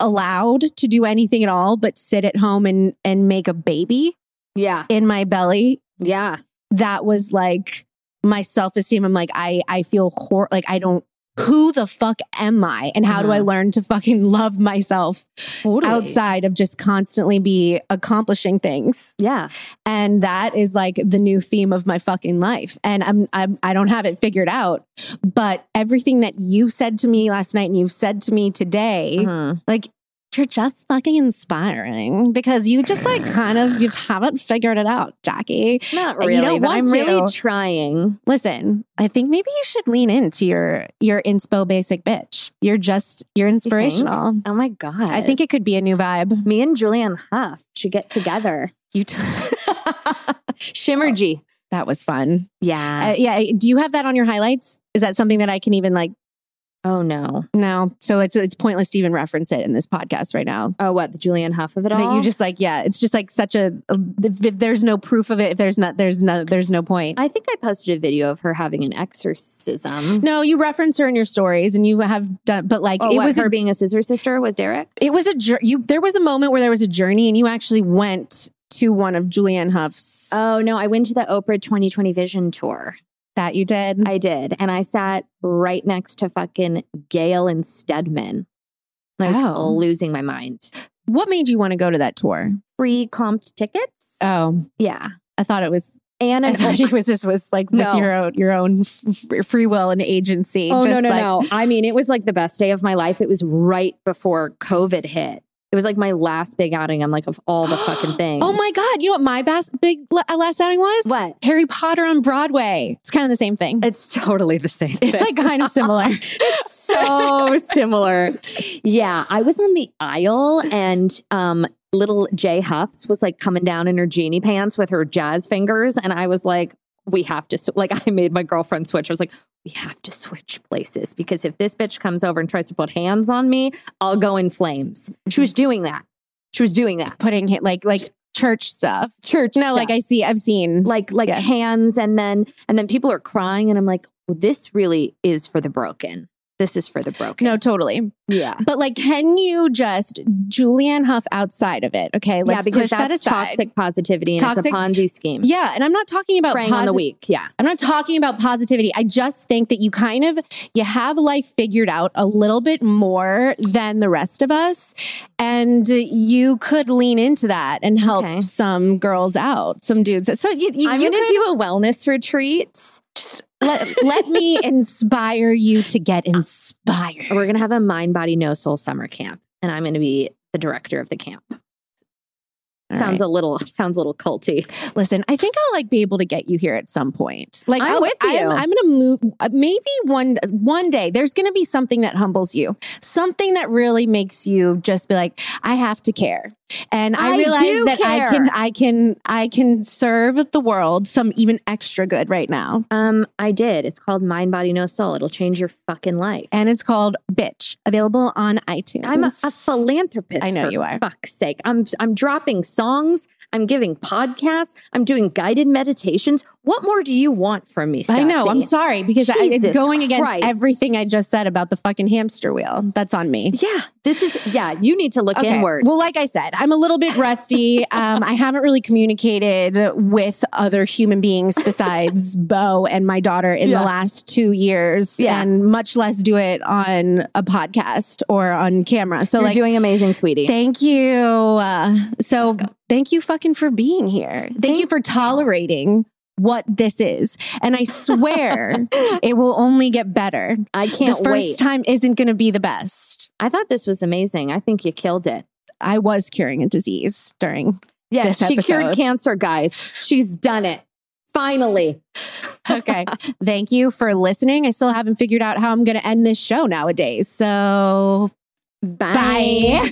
[SPEAKER 3] allowed to do anything at all but sit at home and and make a baby
[SPEAKER 4] yeah.
[SPEAKER 3] in my belly,
[SPEAKER 4] Yeah.
[SPEAKER 3] that was like my self esteem. I'm like, I I feel hor- like I don't. Who the fuck am I? And how do I
[SPEAKER 4] Uh-huh.
[SPEAKER 3] learn to fucking love myself
[SPEAKER 4] Totally.
[SPEAKER 3] outside of just constantly be accomplishing things?
[SPEAKER 4] Yeah.
[SPEAKER 3] And that is like the new theme of my fucking life. And I'm, I'm I don't have it figured out, but everything that you said to me last night and you've said to me today,
[SPEAKER 4] Mhm.
[SPEAKER 3] like you're just fucking inspiring because you just like kind of you haven't figured it out, Jackie.
[SPEAKER 4] Not
[SPEAKER 3] And
[SPEAKER 4] really.
[SPEAKER 3] you don't
[SPEAKER 4] but
[SPEAKER 3] want
[SPEAKER 4] I'm really
[SPEAKER 3] to.
[SPEAKER 4] trying.
[SPEAKER 3] Listen, I think maybe you should lean into your your inspo basic bitch. You're just you're inspirational.
[SPEAKER 4] Oh my god.
[SPEAKER 3] I think it could be a
[SPEAKER 4] [LAUGHS]
[SPEAKER 3] new vibe.
[SPEAKER 4] me and Julianne Huff should get together.
[SPEAKER 3] You
[SPEAKER 4] [LAUGHS]
[SPEAKER 3] t- [LAUGHS]
[SPEAKER 4] Shimmergy.
[SPEAKER 3] that was fun.
[SPEAKER 4] Yeah.
[SPEAKER 3] Uh, yeah, do you have that on your highlights? Is that something that I can even like?
[SPEAKER 4] oh no.
[SPEAKER 3] No, so it's it's pointless to even reference it in this podcast right now.
[SPEAKER 4] Oh, what the Julianne Huff of it all?
[SPEAKER 3] That you just like, yeah, it's just like such a. If if there's no proof of it, if there's not, there's no, there's no point.
[SPEAKER 4] I think I posted a video of her having an [GASPS] exorcism.
[SPEAKER 3] no, you reference her in your stories, and you have done, but like
[SPEAKER 4] Oh,
[SPEAKER 3] it
[SPEAKER 4] what,
[SPEAKER 3] was a
[SPEAKER 4] her being a scissor sister with Derek.
[SPEAKER 3] it was a jour- you there was a moment where there was a journey and you actually went to one of Julianne Huff's
[SPEAKER 4] Oh no, I went to the Oprah 2020 Vision tour.
[SPEAKER 3] that you did.
[SPEAKER 4] I did, and I sat right next to fucking Gail and Stedman. And I was
[SPEAKER 3] Oh.
[SPEAKER 4] losing my mind.
[SPEAKER 3] what made you want to go to that tour?
[SPEAKER 4] Free comped tickets.
[SPEAKER 3] Oh,
[SPEAKER 4] yeah,
[SPEAKER 3] I thought it
[SPEAKER 4] [LAUGHS]
[SPEAKER 3] was
[SPEAKER 4] and
[SPEAKER 3] I
[SPEAKER 4] an
[SPEAKER 3] thought it was this was like with
[SPEAKER 4] No.
[SPEAKER 3] your own your own f- free will and agency.
[SPEAKER 4] [LAUGHS] Oh no,
[SPEAKER 3] just
[SPEAKER 4] no,
[SPEAKER 3] like-
[SPEAKER 4] no! I mean, it was like the best day of my life. It was right before COVID hit. It was like my last big outing. I'm like of all the [GASPS] fucking things.
[SPEAKER 3] Oh my god, you know what my bas- big la- uh, last outing was?
[SPEAKER 4] What?
[SPEAKER 3] Harry Potter on Broadway. It's kind of the same thing.
[SPEAKER 4] It's totally the same.
[SPEAKER 3] It's
[SPEAKER 4] thing.
[SPEAKER 3] like kind
[SPEAKER 4] [LAUGHS]
[SPEAKER 3] of similar.
[SPEAKER 4] so similar. Yeah, I was on the aisle and um little Jay Huffs was like coming down in her genie pants with her jazz fingers and I was like we have to sw- like I made my girlfriend switch. I was like, we have to switch places because if this bitch comes over and tries to put hands on me, I'll go in flames. She was doing that. She was doing that.
[SPEAKER 3] putting it like like church stuff.
[SPEAKER 4] Church.
[SPEAKER 3] No,
[SPEAKER 4] stuff.
[SPEAKER 3] like I see, I've seen.
[SPEAKER 4] like like
[SPEAKER 3] Yeah.
[SPEAKER 4] hands and then and then people are crying and I'm like, well, this really is for the broken. This is for the broken.
[SPEAKER 3] no, totally.
[SPEAKER 4] yeah.
[SPEAKER 3] But like, can you just Julianne Huff outside of it? Okay,
[SPEAKER 4] Yeah,
[SPEAKER 3] let's
[SPEAKER 4] because
[SPEAKER 3] push that
[SPEAKER 4] that's
[SPEAKER 3] aside.
[SPEAKER 4] toxic positivity and it's
[SPEAKER 3] Toxic-
[SPEAKER 4] a Ponzi scheme.
[SPEAKER 3] Yeah, and I'm not talking about
[SPEAKER 4] Preying on the
[SPEAKER 3] posi-
[SPEAKER 4] weak. Yeah.
[SPEAKER 3] I'm not talking about positivity. I just think that you kind of you have life figured out a little bit more than the rest of us and you could lean into that and help
[SPEAKER 4] Okay.
[SPEAKER 3] some girls out, some dudes. So you, you,
[SPEAKER 4] I'm
[SPEAKER 3] you
[SPEAKER 4] gonna
[SPEAKER 3] could
[SPEAKER 4] do a wellness retreat.
[SPEAKER 3] let, let
[SPEAKER 4] [LAUGHS]
[SPEAKER 3] me inspire you to get inspired.
[SPEAKER 4] We're gonna have a mind, body, no soul summer camp, and I'm gonna be the director of the camp. sounds a little [LAUGHS] sounds a little culty.
[SPEAKER 3] Listen, I think I'll like be able to get you here at some point. Like
[SPEAKER 4] I'm
[SPEAKER 3] I'll-
[SPEAKER 4] with you.
[SPEAKER 3] I'm, I'm gonna move. uh, Maybe one one day there's gonna be something that humbles you, something that really makes you just be like, I have to care, and I,
[SPEAKER 4] I
[SPEAKER 3] realize
[SPEAKER 4] do
[SPEAKER 3] that I
[SPEAKER 4] care.
[SPEAKER 3] can I can I can serve the world some even extra good right now.
[SPEAKER 4] Um, I did. It's called Mind, Body, No Soul. It'll change your fucking life.
[SPEAKER 3] And it's called Bitch, available on iTunes.
[SPEAKER 4] I'm a, a philanthropist.
[SPEAKER 3] I know
[SPEAKER 4] for
[SPEAKER 3] you are.
[SPEAKER 4] Fuck's sake! I'm I'm dropping songs. I'm giving podcasts. I'm doing guided meditations. What more do you want from me?
[SPEAKER 3] I know. I'm
[SPEAKER 4] Sassy?
[SPEAKER 3] sorry because I, it's
[SPEAKER 4] Jesus
[SPEAKER 3] going against
[SPEAKER 4] Christ.
[SPEAKER 3] everything I just said about the fucking hamster wheel. That's on me.
[SPEAKER 4] Yeah, this is. Yeah, you need to look inward.
[SPEAKER 3] Well, like I said, I'm a little bit
[SPEAKER 4] [LAUGHS]
[SPEAKER 3] rusty. um, I haven't really communicated with other human beings
[SPEAKER 4] [LAUGHS]
[SPEAKER 3] besides Bo and my daughter in
[SPEAKER 4] Yeah.
[SPEAKER 3] the last two years,
[SPEAKER 4] Yeah.
[SPEAKER 3] and much less do it on a podcast or on camera. So,
[SPEAKER 4] You're
[SPEAKER 3] like,
[SPEAKER 4] doing amazing, sweetie.
[SPEAKER 3] thank you. Uh, so, thank you fucking for being here. Thank, you for tolerating what this is. And I
[SPEAKER 4] [LAUGHS]
[SPEAKER 3] swear it will only get better.
[SPEAKER 4] I can't
[SPEAKER 3] the first
[SPEAKER 4] wait.
[SPEAKER 3] time isn't going to be the best.
[SPEAKER 4] I thought this was amazing. I think you killed it.
[SPEAKER 3] I was curing a disease during
[SPEAKER 4] Yes,
[SPEAKER 3] This
[SPEAKER 4] she cured
[SPEAKER 3] episode.
[SPEAKER 4] cancer, guys. She's done it. Finally.
[SPEAKER 3] okay. Thank you for listening. I still haven't figured out how I'm going to end this show nowadays. So, bye.